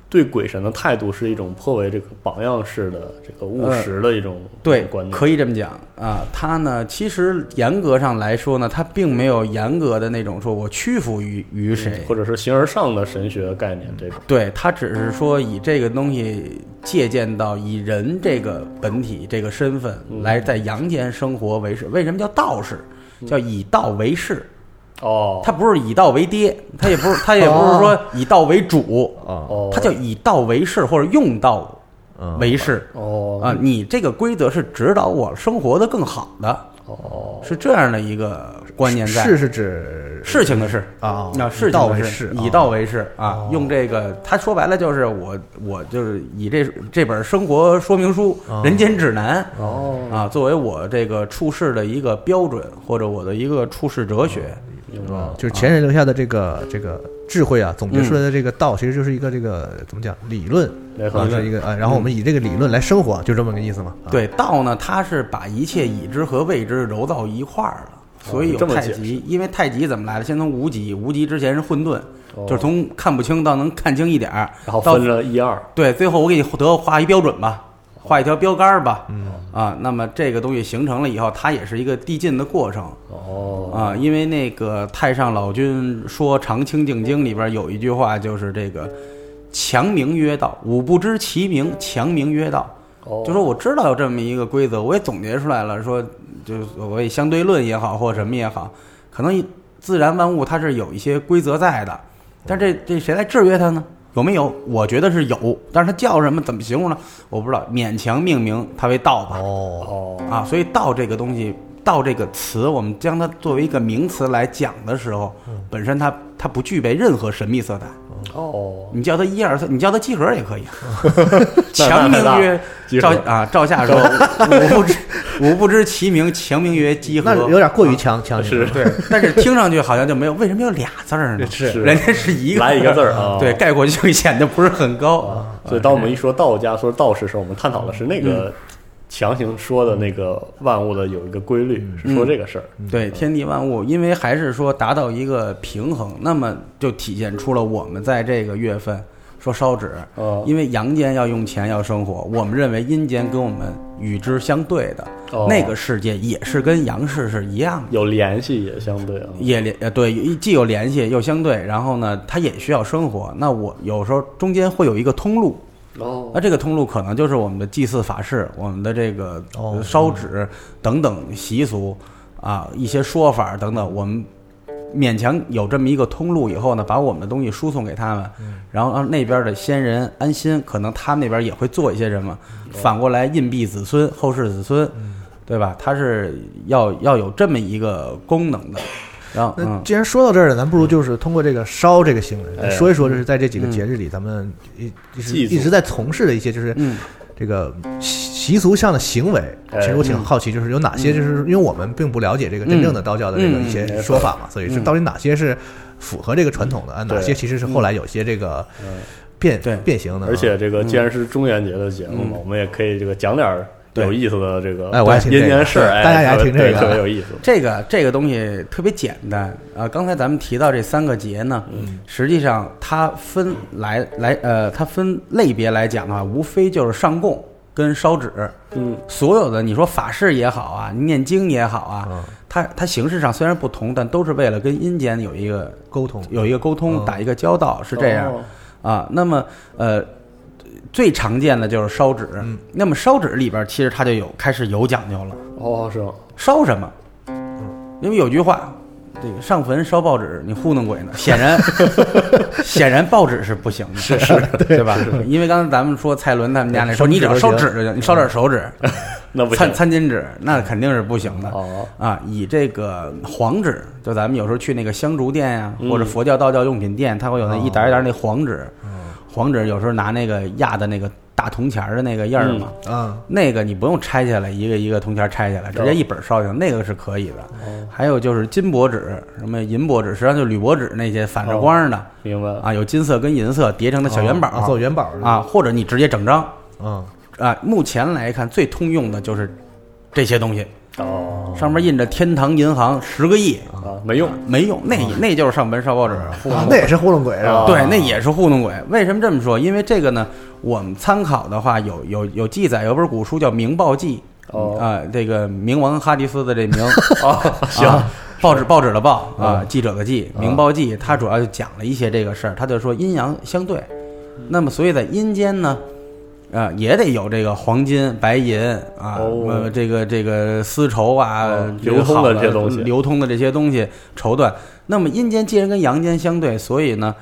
Speaker 3: 对鬼神的态度是一种颇为这个榜样式的这个务实的一种
Speaker 4: 呃对
Speaker 3: 观，念，
Speaker 4: 可以这么讲啊。它呢，其实严格上来说呢，它并没有严格的那种说我屈服于于谁，
Speaker 3: 或者是形而上的神学概念这种。
Speaker 4: 对，他只是说以这个东西借鉴到以人这个本体这个身份来在阳间生活为
Speaker 3: 嗯
Speaker 4: 事。为什么叫道士？叫以道为士，
Speaker 3: 哦，
Speaker 4: 他不是以道为爹，他也不是他也不是说以道为主，
Speaker 2: 啊
Speaker 3: 哦，嗯
Speaker 4: 他叫以道为士或者用道为士
Speaker 3: 哦
Speaker 4: 啊。你这个规则是指导我生活的更好的，
Speaker 3: 哦
Speaker 4: 是这样的一个观念在。
Speaker 2: 是是指
Speaker 4: 事情的事
Speaker 2: 啊
Speaker 4: 那事
Speaker 2: 以
Speaker 4: 情的
Speaker 2: 道为
Speaker 4: 事
Speaker 2: 事，
Speaker 4: 以道为事
Speaker 3: 哦
Speaker 4: 啊。用这个，他说白了就是我，我就是以这这本生活说明书《人间指南》
Speaker 3: 哦，
Speaker 4: 啊，作为我这个处世的一个标准，或者我的一个处世哲学。
Speaker 3: 哦明白了。
Speaker 2: 就是前人留下的这个这个智慧啊，总结出来的这个道，其实就是一个这个怎么讲理论
Speaker 3: 没错
Speaker 2: 啊，是一个啊，然后我们以这个理论来生活，就这么个意思嘛。啊，
Speaker 4: 对道呢，它是把一切已知和未知揉到一块儿了。所以有
Speaker 3: 哦这么
Speaker 4: 太
Speaker 3: 解释
Speaker 4: 极，因为太极怎么来的？先从无极，无极之前是混沌，
Speaker 3: 哦
Speaker 4: 就是从看不清到能看清一点儿，
Speaker 3: 然后
Speaker 4: 到
Speaker 3: 分了一二，
Speaker 4: 对，最后我给你得画一标准吧，画一条标杆儿吧。嗯啊，那么这个东西形成了以后，它也是一个递进的过程
Speaker 3: 哦，
Speaker 4: 啊。因为那个太上老君说《长清净经》里边有一句话，就是这个“强名曰道，吾不知其名，强名曰道”。
Speaker 3: 哦
Speaker 4: 就说我知道有这么一个规则，我也总结出来了，说就是所谓相对论也好，或者什么也好，可能自然万物它是有一些规则在的，但这这谁来制约它呢？有没有？我觉得是有，但是它叫什么，怎么形容呢？我不知道，勉强命名它为道吧。
Speaker 2: 哦，
Speaker 3: 哦，
Speaker 4: 啊，所以道这个东西，道这个词，我们将它作为一个名词来讲的时候，本身它它不具备任何神秘色彩。
Speaker 3: 嗯哦，
Speaker 4: 你叫它一二三，你叫它集合也可以啊。 [laughs]
Speaker 3: 那
Speaker 4: 强
Speaker 3: 那太大
Speaker 4: 名曰
Speaker 3: 集
Speaker 4: 赵
Speaker 3: 合
Speaker 4: 啊，赵夏说：“吾不知吾不知其名，强名曰集合。”
Speaker 2: 那有点过于强强行
Speaker 3: 是
Speaker 2: 了
Speaker 4: 对，但是听上去好像就没有，为什么有俩字儿呢？
Speaker 3: 是
Speaker 4: 人家是一个
Speaker 3: 来一个字儿啊
Speaker 4: 对，概括性显得不是很高。嗯
Speaker 3: 所以当我们一说道家，说道士时，候，我们探讨的是那个强行说的那个万物的有一个规律，
Speaker 4: 嗯
Speaker 3: 是说这个事儿。
Speaker 4: 对天地万物，因为还是说达到一个平衡，那么就体现出了我们在这个月份说烧纸，
Speaker 3: 哦
Speaker 4: 因为阳间要用钱要生活，我们认为阴间跟我们与之相对的、
Speaker 3: 哦
Speaker 4: 那个世界也是跟阳世是一样的，
Speaker 3: 有联系也相对啊，
Speaker 4: 也联呃对，既有联系又相对，然后呢，它也需要生活。那我有时候中间会有一个通路，
Speaker 3: 哦
Speaker 4: 那这个通路可能就是我们的祭祀法事、我们的这个呃
Speaker 2: 哦
Speaker 4: 烧纸等等习俗啊，一些说法等等，我们勉强有这么一个通路以后呢，把我们的东西输送给他们，
Speaker 2: 嗯
Speaker 4: 然后让那边的先人安心，可能他们那边也会做一些什么，
Speaker 2: 嗯
Speaker 4: 反过来荫庇子孙、后世子孙，对吧？它是要要有这么一个功能的。然后，
Speaker 2: 那
Speaker 4: 嗯，
Speaker 2: 既然说到这儿了，咱不如就是通过这个烧这个行为来
Speaker 3: 哎
Speaker 2: 说一说，就是在这
Speaker 4: 嗯
Speaker 2: 几个节日里，咱们一一直
Speaker 3: 祭祖
Speaker 2: 一直在从事的一些就是
Speaker 4: 嗯
Speaker 2: 这个习习俗上的行为。
Speaker 3: 哎
Speaker 2: 其实
Speaker 4: 嗯
Speaker 2: 我挺好奇，就是有哪些，就是因为我们并不了解这个真正的道教的这个一些
Speaker 4: 嗯
Speaker 2: 说法嘛，所以是到底哪些是符合这个传统的，啊哪些其实是后来有些这个变
Speaker 4: 嗯对
Speaker 2: 变形的啊，
Speaker 3: 而且这个既然是中元节的节目嘛，我们也可以这个讲点儿有意思的这个
Speaker 2: 哎嗯我爱听这个
Speaker 3: 阴间事儿，哎
Speaker 2: 大家也爱听这个
Speaker 3: 特别特别有意思。
Speaker 4: 这个这个东西特别简单啊。刚才咱们提到这三个节呢，
Speaker 3: 嗯
Speaker 4: 实际上它分来来呃，它分类别来讲的话，无非就是上供跟烧纸。
Speaker 3: 嗯，
Speaker 4: 所有的你说法事也好啊，念经也好
Speaker 3: 嗯
Speaker 4: 啊，它它形式上虽然不同，但都是为了跟阴间有一个
Speaker 2: 沟通
Speaker 4: 有一个沟通，打一个交道，是这
Speaker 3: 嗯
Speaker 4: 样
Speaker 3: 哦
Speaker 4: 啊。那么呃，最常见的就是烧纸。
Speaker 3: 嗯
Speaker 4: 那么烧纸里边其实它就有开始有讲究了。
Speaker 3: 哦，是吗？
Speaker 4: 烧什么？因为有句话，这个上坟烧报纸，你糊弄鬼呢。显然，显然报纸是不行的，是是， [laughs] 对吧？因为刚才咱们说蔡伦他们家那说，
Speaker 2: 烧纸
Speaker 4: 你只要
Speaker 2: 都
Speaker 4: 烧
Speaker 2: 行
Speaker 4: 纸就行，你烧点手指，
Speaker 3: 那不行
Speaker 4: 餐餐巾纸那肯定是不行的。
Speaker 3: 哦
Speaker 4: 啊，以这个黄纸，就咱们有时候去那个香烛店呀、或者佛教道教用品店，它会有那一沓一沓那黄纸，黄纸有时候拿那个压的那个大铜钱儿的那个印儿嘛。
Speaker 2: 啊，
Speaker 4: 那个你不用拆下来，一个一个铜钱拆下来，直接一本烧行，那个是可以的。还有就是金箔纸、什么银箔纸，实际上就是铝箔纸那些反着光的
Speaker 3: 明白了。
Speaker 4: 啊，有金色跟银色叠成的小元宝
Speaker 2: 啊做元宝
Speaker 4: 啊，或者你直接整张
Speaker 2: 嗯，
Speaker 4: 啊。目前来看，最通用的就是这些东西，
Speaker 3: 哦
Speaker 4: 上面印着天堂银行十个亿，
Speaker 3: 啊，没用。
Speaker 4: 没用，那那就是上门烧报纸糊弄
Speaker 2: 啊那也是糊弄鬼是吧？
Speaker 4: 对，那也是糊弄鬼。为什么这么说？因为这个呢，我们参考的话有有有记载，有本古书叫《明报记》。
Speaker 3: 哦
Speaker 4: 啊、这个明王哈迪斯的这明，
Speaker 3: [laughs] 哦，行，嗯
Speaker 4: 啊报纸报纸的报啊，记者的记，《明报记》它主要就讲了一些这个事儿，它就说阴阳相对。
Speaker 3: 嗯
Speaker 4: 那么，所以在阴间呢，啊、也得有这个黄金、白银啊，
Speaker 3: 哦
Speaker 4: 呃这个这个丝绸啊，
Speaker 3: 哦
Speaker 4: 这个
Speaker 3: 流通
Speaker 4: 好
Speaker 3: 的这些东西
Speaker 4: 流通的这些东西绸缎。那么阴间既然跟阳间相对，所以呢，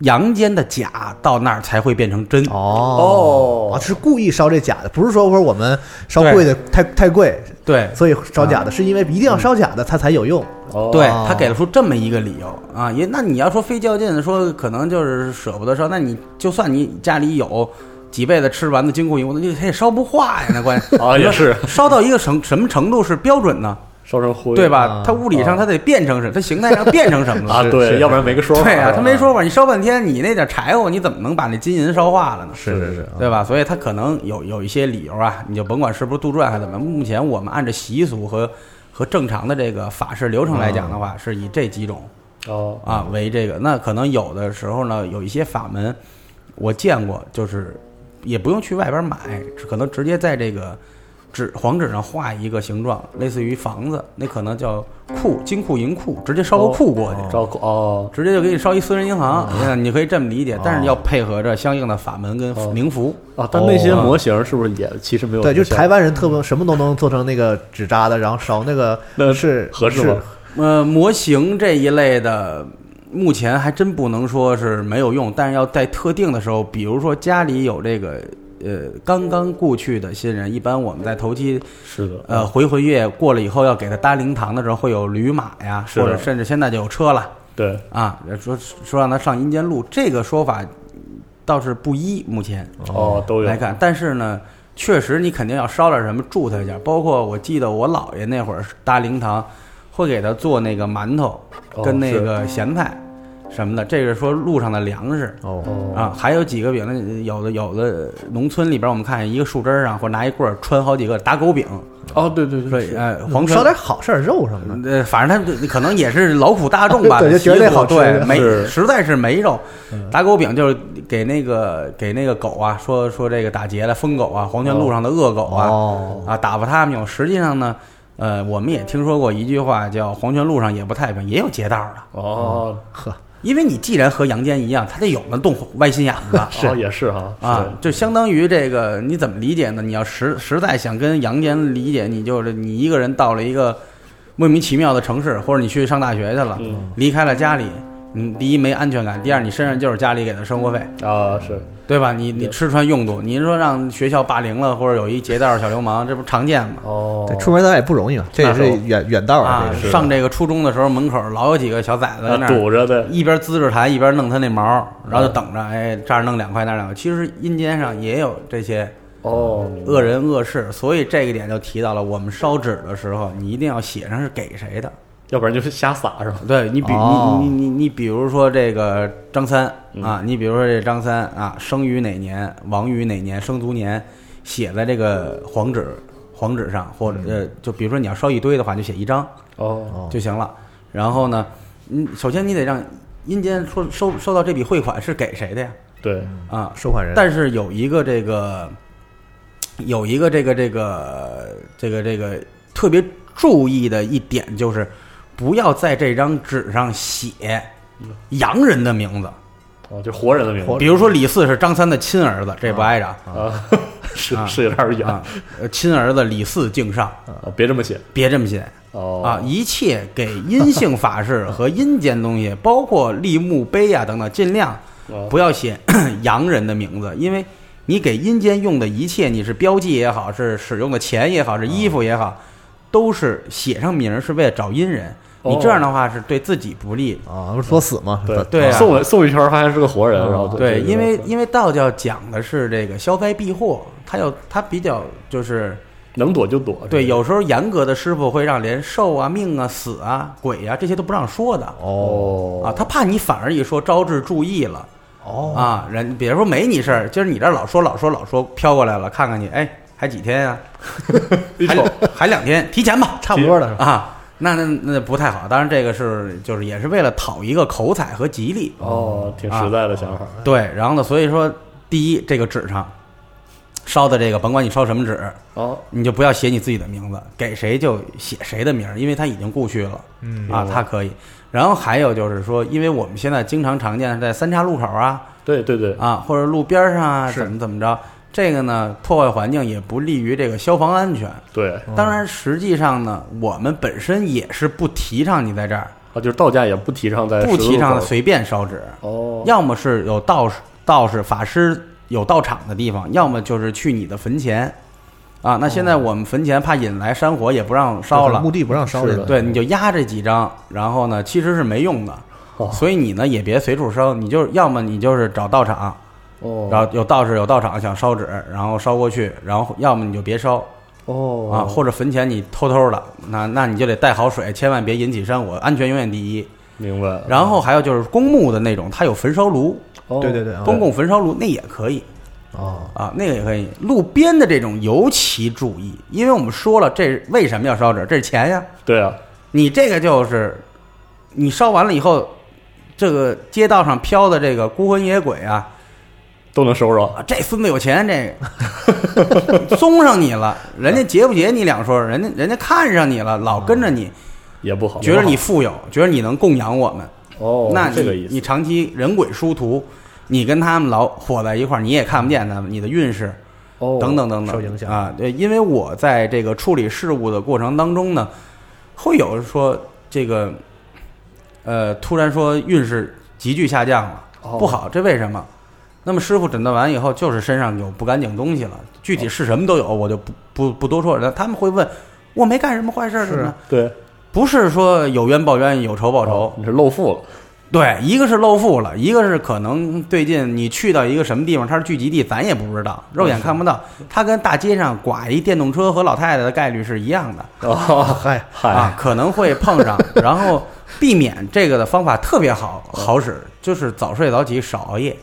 Speaker 4: 阳间的假到那儿才会变成真。
Speaker 2: 哦
Speaker 3: 哦
Speaker 2: 啊是故意烧这假的，不是说说我们烧贵的太太贵，
Speaker 4: 对，
Speaker 2: 所以烧假的，是因为一定要烧假的它才有用。
Speaker 3: 哦，
Speaker 4: 对他给了出这么一个理由啊，也那你要说非较劲，说可能就是舍不得烧，那你就算你家里有几辈子吃完的金库银库，那也也烧不化呀，那关键
Speaker 2: [laughs]
Speaker 3: 啊也是
Speaker 4: 烧到一个什什么程度是标准呢？
Speaker 3: 烧成灰，
Speaker 4: 对吧
Speaker 2: 啊？
Speaker 4: 它物理上它得变成什么，它形态上变成什么了？
Speaker 3: 啊，
Speaker 2: 是
Speaker 3: 对，
Speaker 2: 是
Speaker 3: 要不然没个说法。
Speaker 4: 对啊，
Speaker 3: 是吧
Speaker 4: 他没说法，你烧半天，你那点柴火，你怎么能把那金银烧化了呢？
Speaker 2: 是是是啊
Speaker 4: 对吧？所以他可能有有一些理由啊，你就甭管是不是杜撰还是怎么，目前我们按照习俗和和正常的这个法事流程来讲的话，是以这几种
Speaker 3: 哦，
Speaker 4: 啊为这个。那可能有的时候呢，有一些法门我见过，就是也不用去外边买，只可能直接在这个纸黄纸上画一个形状，类似于房子，那可能叫库金库银库，直接烧个库过去。
Speaker 3: 招库哦，
Speaker 4: 直接就给你烧一私人银行，嗯，你可以这么理解，但是要配合着相应的法门跟冥哦符。
Speaker 3: 啊，但那些模型是不是也其实没有
Speaker 2: 哦对，
Speaker 3: 这
Speaker 2: 就
Speaker 3: 个
Speaker 2: 是
Speaker 3: 效果？
Speaker 2: 台湾人特别什么都能做成那个纸扎的，然后烧那个
Speaker 3: 那
Speaker 2: 是
Speaker 3: 合适
Speaker 2: 是
Speaker 3: 吗？
Speaker 4: 呃，模型这一类的，呃目前还真不能说是没有用，但是要在特定的时候，比如说家里有这个呃刚刚故去的新人，一般我们在头七
Speaker 3: 是的，
Speaker 4: 呃回魂夜过了以后，要给他搭灵堂的时候，会有驴马呀，
Speaker 3: 是
Speaker 4: 或
Speaker 3: 的
Speaker 4: 者甚至现在就有车了。
Speaker 3: 对，
Speaker 4: 啊，说说让他上阴间路，这个说法倒是不一，目前
Speaker 3: 哦，都有
Speaker 4: 来看。但是呢，确实你肯定要烧点什么助他一下。包括我记得我姥爷那会儿搭灵堂，会给他做那个馒头
Speaker 3: 哦
Speaker 4: 跟那个咸菜，什么的，这个说路上的粮食
Speaker 2: 哦，
Speaker 4: 啊，还有几个饼呢，有的有的农村里边，我们看一个树枝儿上或者拿一棍儿穿好几个打狗饼，
Speaker 3: 哦，对对
Speaker 4: 说
Speaker 3: 对，
Speaker 4: 哎黄
Speaker 2: 烧
Speaker 4: 烧
Speaker 2: 点好事儿肉什么的，
Speaker 4: 呃，反正他可能也是劳苦大众吧，
Speaker 2: [laughs] 对就觉得
Speaker 4: 习
Speaker 2: 这
Speaker 4: 俗
Speaker 2: 好吃嗯
Speaker 4: 对，没
Speaker 3: 是
Speaker 4: 实在是没肉。打狗饼就是给那个给那个狗啊，说说这个打劫了疯狗啊，黄泉路上的恶狗啊、
Speaker 2: 哦
Speaker 4: 啊，打发他们用。实际上呢，呃，我们也听说过一句话叫“黄泉路上也不太平”，也有劫道的，
Speaker 3: 哦，
Speaker 2: 呵，
Speaker 4: 因为你既然和杨坚一样，他得有那动歪心眼
Speaker 2: [laughs]
Speaker 4: 子
Speaker 3: 哦也是哈，
Speaker 4: 啊，就相当于这个，你怎么理解呢？你要实实在想跟杨坚理解，你就是你一个人到了一个莫名其妙的城市，或者你去上大学去了，
Speaker 3: 嗯
Speaker 4: 离开了家里，你第一没安全感，第二你身上就是家里给的生活费，
Speaker 3: 是啊是，
Speaker 4: 对吧？你你吃穿用度，您说让学校霸凌了，或者有一劫道小流氓，这不常见吗？
Speaker 3: 哦
Speaker 2: 对，出门咱也不容易啊，这也是远远道啊，
Speaker 4: 啊
Speaker 2: 这个，
Speaker 3: 是
Speaker 4: 上这个初中的时候，门口老有几个小崽子在那
Speaker 3: 啊
Speaker 4: 儿
Speaker 3: 堵着嗯的，
Speaker 4: 一边滋着痰一边弄他那毛，然后就等着，哎，这儿弄两块那儿两块。其实阴间上也有这些
Speaker 3: 哦，
Speaker 4: 恶人恶事，所以这个点就提到了，我们烧纸的时候，你一定要写上是给谁的。
Speaker 3: 要不然就是瞎撒是吧？
Speaker 4: 对你比、
Speaker 2: 哦
Speaker 4: 你你你你比如说这个张三啊，你比如说这张三啊，生于哪年，亡于哪年，生卒年，写在这个黄纸黄纸上，或者呃，就比如说你要烧一堆的话，就写一张
Speaker 3: 哦，
Speaker 4: 就行了。然后呢，嗯，首先你得让阴间说收收到这笔汇款是给谁的呀？
Speaker 3: 对，
Speaker 4: 啊，
Speaker 2: 收款人，
Speaker 4: 但是有一个这个，有一个这个这个这个这个特别注意的一点就是，不要在这张纸上写洋人的名字，
Speaker 3: 哦，就活人的名字
Speaker 4: 比如说李四是张三的亲儿子，这不挨着啊
Speaker 3: 啊，
Speaker 4: [laughs]
Speaker 3: 是
Speaker 4: 啊
Speaker 3: 是有点远，啊
Speaker 4: 呃亲儿子李四敬上，
Speaker 3: 别这么写
Speaker 4: 别这么写
Speaker 3: 哦
Speaker 4: 啊！一切给阴性法事和阴间东西，包括立墓碑啊等等，尽量
Speaker 3: 啊
Speaker 4: 不要写 [clears throat] 洋人的名字，因为你给阴间用的一切，你是标记也好，是使用的钱也好，是衣服也好，都是写上名儿是为了找阴人。
Speaker 3: 哦
Speaker 4: 你这样的话是对自己不利的。
Speaker 2: 啊，不是作死吗？
Speaker 3: 对
Speaker 4: 对啊嗯
Speaker 3: 送了送一圈儿发现是个活人，
Speaker 2: 哦
Speaker 3: 然后就
Speaker 4: 对，
Speaker 3: 就觉
Speaker 4: 因
Speaker 3: 得
Speaker 4: 为因为道教讲的是这个消灾避祸，它有它比较就是
Speaker 3: 能躲就躲，
Speaker 4: 啊对，有时候严格的师傅会让连寿啊、命啊、死啊、鬼啊这些都不让说的
Speaker 3: 哦
Speaker 4: 啊，他怕你反而一说招致注意了。
Speaker 2: 哦，
Speaker 4: 啊，人别说没你事儿，今儿你这儿老说老说老说，飘过来了，看看你，哎，还几天
Speaker 2: [laughs]
Speaker 4: 呀、
Speaker 3: 一瞅
Speaker 4: 还还两天，提前吧，
Speaker 2: 差不多的是吧？
Speaker 4: 啊，那那那不太好。当然，这个是就是也是为了讨一个口彩和吉利，
Speaker 3: 哦，挺
Speaker 4: 啊
Speaker 3: 实在的想法，
Speaker 4: 对。然后呢，所以说，第一，这个纸上烧的这个，甭管你烧什么纸，
Speaker 3: 哦，
Speaker 4: 你就不要写你自己的名字，给谁就写谁的名儿，因为他已经故去了，嗯啊，他可以。然后还有就是说，因为我们现在经常常见在三岔路口啊，
Speaker 3: 对对对，
Speaker 4: 啊，或者路边儿上啊，
Speaker 2: 是
Speaker 4: 怎么怎么着，这个呢破坏环境也不利于这个消防安全。
Speaker 3: 对，
Speaker 4: 当然，实际上呢，我们本身也是不提倡你在这儿，
Speaker 3: 啊，就是道家也不提倡在
Speaker 4: 不
Speaker 3: 十字路
Speaker 4: 提倡
Speaker 3: 口
Speaker 4: 随便烧纸，
Speaker 3: 哦，
Speaker 4: 要么是有道士、道士、法师有道场的地方，要么就是去你的坟前。啊，那现在
Speaker 3: 嗯
Speaker 4: 我们坟前怕引来山火，也不让烧了，
Speaker 2: 墓地不让烧
Speaker 3: 是
Speaker 2: 人
Speaker 3: 的，
Speaker 4: 对，你就压这几张，然后呢，其实是没用的，
Speaker 3: 哦
Speaker 4: 所以你呢也别随处烧，你就要么你就是找道场，
Speaker 3: 哦，
Speaker 4: 然后有道士有道场想烧纸，然后烧过去，然后要么你就别烧
Speaker 3: 哦
Speaker 4: 啊，或者坟前你偷偷的，那那你就得带好水，千万别引起山火，安全永远第一。
Speaker 3: 明白，
Speaker 4: 然后还有就是公墓的那种，它有焚烧炉，
Speaker 3: 哦
Speaker 2: 对对对啊
Speaker 4: 公共焚烧炉那也可以
Speaker 2: 哦，
Speaker 4: 啊，那个也可以。路边的这种尤其注意，因为我们说了，这为什么要烧纸？这是钱呀，
Speaker 3: 对啊，
Speaker 4: 你这个就是你烧完了以后，这个街道上飘的这个孤魂野鬼啊，
Speaker 3: 都能收着，
Speaker 4: 啊，这孙子有钱，这个宗上你了，人家结不结你两说，人家人家看上你了，老跟着你，
Speaker 3: 也不好，
Speaker 4: 觉得你富有，觉得你能供养我们，
Speaker 3: 哦，
Speaker 4: 那
Speaker 3: 这个
Speaker 4: 你
Speaker 3: 意
Speaker 4: 你
Speaker 3: 思，
Speaker 4: 长期人鬼殊途，你跟他们老火在一块儿，你也看不见他们，你的运势
Speaker 3: 哦，
Speaker 4: 等等等等
Speaker 2: 受影响
Speaker 4: 啊。对，因为我在这个处理事务的过程当中呢，会有说这个，呃，突然说运势急剧下降了，
Speaker 3: 哦
Speaker 4: 不好，这为什么？那么师傅诊断完以后，就是身上有不干净东西了，具体是什么都有，我就不不不多说了。他们会问，我没干什么坏事儿，怎么
Speaker 2: 是
Speaker 4: 着
Speaker 3: 对，
Speaker 4: 不是说有冤报冤，有仇报仇
Speaker 3: 哦，你是露富了，
Speaker 4: 对，一个是露富了，一个是可能最近你去到一个什么地方，它是聚集地，咱也不知道，肉眼看不到。 [laughs] 它跟大街上刮一电动车和老太太的概率是一样的
Speaker 3: 哦， [laughs] 嗨
Speaker 4: 啊
Speaker 3: 嗨，，
Speaker 4: 可能会碰上。然后避免这个的方法特别好好使，就是早睡早起，少熬夜。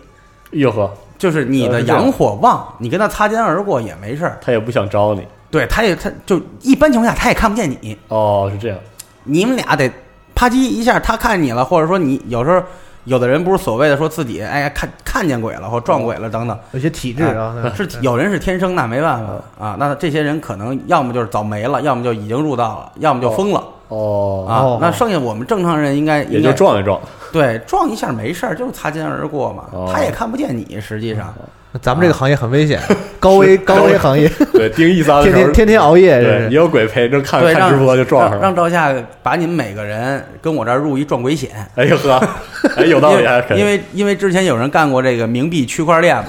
Speaker 3: 哟呵，
Speaker 4: 就是你的
Speaker 3: 呃是这样
Speaker 4: 阳火旺，你跟他擦肩而过也没事儿。
Speaker 3: 他也不想招你
Speaker 4: 对，他也他就一般情况下他也看不见你，
Speaker 3: 哦，是这样，
Speaker 4: 你们俩得啪叽一下，他看你了，或者说你有时候有的人不是所谓的说自己哎呀看看见鬼了或撞鬼了等等，
Speaker 2: 有些体质啊，
Speaker 4: 哎是有人是天生那没办
Speaker 3: 嗯
Speaker 4: 法啊，那这些人可能要么就是早没了，要么就已经入道了，要么就疯了
Speaker 3: 哦
Speaker 4: 啊。那剩下我们正常人应该
Speaker 3: 也
Speaker 4: 应
Speaker 3: 就
Speaker 4: 该
Speaker 3: 撞一撞，
Speaker 4: 对撞一下没事儿，就是擦肩而过嘛
Speaker 3: 哦，嗯
Speaker 4: 他也看不见你，实际上
Speaker 2: 那咱们这个行业很危险，高危高危行业，
Speaker 3: [laughs] 对，盯一三的
Speaker 2: 天
Speaker 3: 时候
Speaker 2: 天天天熬夜，
Speaker 3: 对，
Speaker 2: 这
Speaker 3: 也
Speaker 2: 是
Speaker 3: 有鬼陪着看
Speaker 4: 对
Speaker 3: [laughs] 看
Speaker 4: 让
Speaker 3: 直播就撞上
Speaker 4: 让
Speaker 3: 了
Speaker 4: 让。赵夏把你们每个人跟我这儿入一撞鬼险。
Speaker 3: [laughs] 哎呦 [laughs] 呵，哎有道理啊，
Speaker 4: 因为因为因为之前有人干过这个冥币区块链嘛，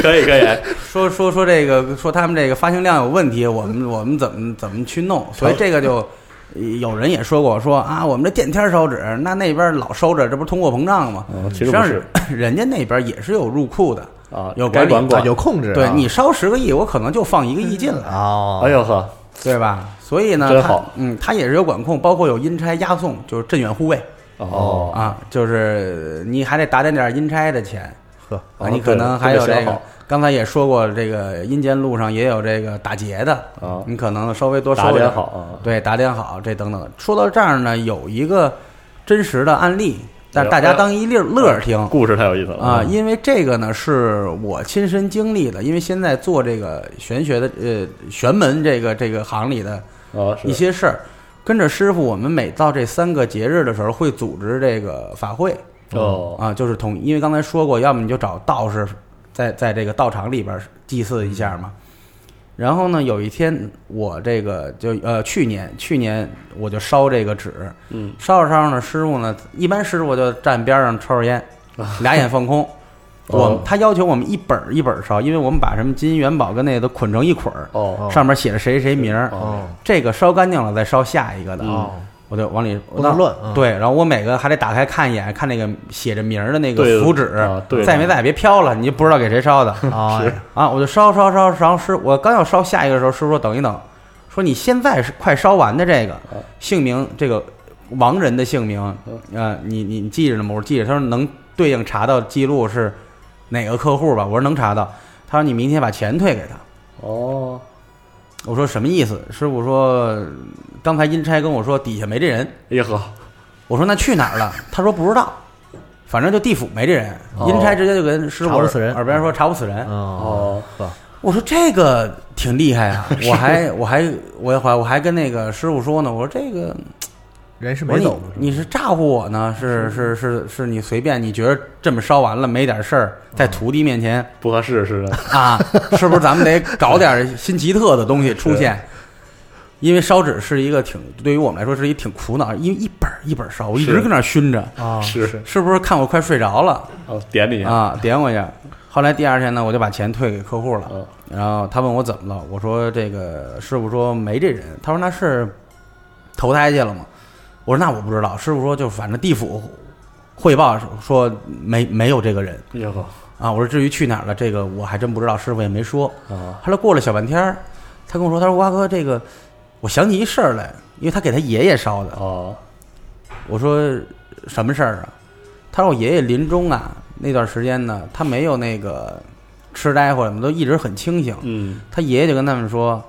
Speaker 3: 可以可以，
Speaker 4: 说说说这个说他们这个发行量有问题，我们我们怎么怎么去弄？所以这个就呃有人也说过说啊，我们这电天烧纸，那那边老收着，这不是通货膨胀吗？
Speaker 3: 哦其实
Speaker 4: 实际
Speaker 3: 不
Speaker 4: 上
Speaker 3: 是
Speaker 4: [coughs] 人家那边也是有入库的
Speaker 3: [laughs] 啊
Speaker 4: 有
Speaker 3: 该
Speaker 4: 管理
Speaker 3: 管
Speaker 2: 啊
Speaker 3: 管
Speaker 2: 有控制啊。
Speaker 4: 对你烧十个亿，我可能就放一个亿进来，
Speaker 2: 哦，
Speaker 3: 哎呦呵，
Speaker 4: 对吧？所以呢，
Speaker 3: 真
Speaker 4: 他
Speaker 3: 好
Speaker 4: 嗯，他也是有管控，包括有阴差押送，就是镇远护卫
Speaker 3: 哦，
Speaker 4: 啊，就是你还得打点点阴差的钱。
Speaker 2: 呵，
Speaker 4: 啊，
Speaker 3: 哦
Speaker 4: 你
Speaker 3: 对
Speaker 4: 可能
Speaker 3: 这
Speaker 4: 还
Speaker 3: 个
Speaker 4: 有
Speaker 3: 想
Speaker 4: 这个
Speaker 3: 好，
Speaker 4: 刚才也说过，这个阴间路上也有这个打劫的
Speaker 3: 啊
Speaker 4: 你可能稍微多收
Speaker 3: 打
Speaker 4: 点
Speaker 3: 点好啊
Speaker 4: 对，打点好这等等。说到这儿呢，有一个真实的案例，
Speaker 3: 哎
Speaker 4: 但大家当一乐乐儿听
Speaker 3: 故事太有意思了嗯
Speaker 4: 啊，因为这个呢是我亲身经历的，因为现在做这个玄学的呃玄门这个这个行里的
Speaker 3: 啊是
Speaker 4: 一些事儿，跟着师傅，我们每到这三个节日的时候会组织这个法会。
Speaker 3: 哦
Speaker 4: 啊，就是统，因为刚才说过，要么你就找道士在在这个道场里边儿祭祀一下嘛。然后呢，有一天我这个就呃去年去年我就烧这个纸，
Speaker 3: 嗯，
Speaker 4: 烧着烧着呢，师傅呢，一般师傅就站边上抽着烟，
Speaker 3: 啊
Speaker 4: 俩眼
Speaker 3: [laughs]
Speaker 4: 放空。我
Speaker 3: 哦
Speaker 4: 们他要求我们一本儿一本儿烧，因为我们把什么金银元宝跟那个都捆成一捆儿，
Speaker 3: 哦
Speaker 4: 上面写着谁谁名儿，
Speaker 2: 哦
Speaker 4: 这个烧干净了再烧下一个的
Speaker 3: 嗯
Speaker 4: 我就往里
Speaker 2: 不能乱嗯
Speaker 4: 对，然后我每个还得打开看一眼，看那个写着名儿的那
Speaker 3: 对
Speaker 4: 个符纸
Speaker 3: 啊，对
Speaker 4: 在没在别飘了，你就不知道给谁烧的
Speaker 2: 啊，
Speaker 4: 啊！我就烧烧烧，然后师我刚要烧下一个的时候，师傅说等一等，说你现在是快烧完的这个姓名，这个亡人的姓名，呃，你你你记着呢吗？我说记着，他说能对应查到记录是哪个客户吧？我说能查到，他说你明天把钱退给他。
Speaker 3: 哦
Speaker 4: 我说什么意思？师傅说，刚才阴差跟我说底下没这人。
Speaker 3: 哎呦呵，
Speaker 4: 我说那去哪儿了？他说不知道，反正就地府没这人。
Speaker 3: 哦
Speaker 4: 阴差直接就跟师傅
Speaker 2: 查不死人
Speaker 4: 耳边说查不死人。
Speaker 2: 哦
Speaker 3: 哦，
Speaker 2: 呵，
Speaker 4: 我说这个挺厉害
Speaker 2: [laughs]
Speaker 4: 啊！我还我还我还我还跟那个师傅说呢，我说这个
Speaker 2: 人是
Speaker 4: 我
Speaker 2: 没
Speaker 4: 说
Speaker 2: 走，
Speaker 4: 你你是诈唬我呢？是是是是你随便你觉得这么烧完了没点事儿，在
Speaker 2: 嗯
Speaker 4: 徒弟面前
Speaker 3: 不合适 [laughs] 似的，
Speaker 4: 啊，是不是咱们得搞点新奇特的东西出现？因为烧纸是一个挺对于我们来说是一挺苦恼，因为一本儿一本儿烧，我一直
Speaker 3: 是
Speaker 4: 跟那儿熏着。
Speaker 2: 啊，
Speaker 3: 是
Speaker 4: 是不是看我快睡着了
Speaker 3: 哦，点你一下，
Speaker 4: 啊？点我一下。后来第二天呢，我就把钱退给客户了
Speaker 3: 嗯。
Speaker 4: 然后他问我怎么了，我说这个师傅说没这人，他说那是投胎去了吗？我说那我不知道。师傅说就反正地府汇报说没没有这个人
Speaker 3: 哎呦呵
Speaker 4: 啊。我说至于去哪儿了，这个我还真不知道，师傅也没说。
Speaker 3: 啊
Speaker 4: 后来过了小半天儿，他跟我说，他说瓜哥这个，我想起一事儿来，因为他给他爷爷烧的。
Speaker 3: 哦
Speaker 4: 我说什么事儿啊？他说我爷爷临终啊那段时间呢，他没有那个痴呆或者什么，都一直很清醒。
Speaker 3: 嗯
Speaker 4: 他爷爷就跟他们说，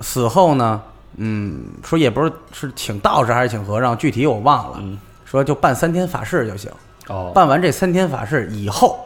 Speaker 4: 死后呢，嗯，说也不是是请道士还是请和尚，具体我忘了。
Speaker 3: 嗯
Speaker 4: 说就办三天法事就行，
Speaker 3: 哦，
Speaker 4: 办完这三天法事以后，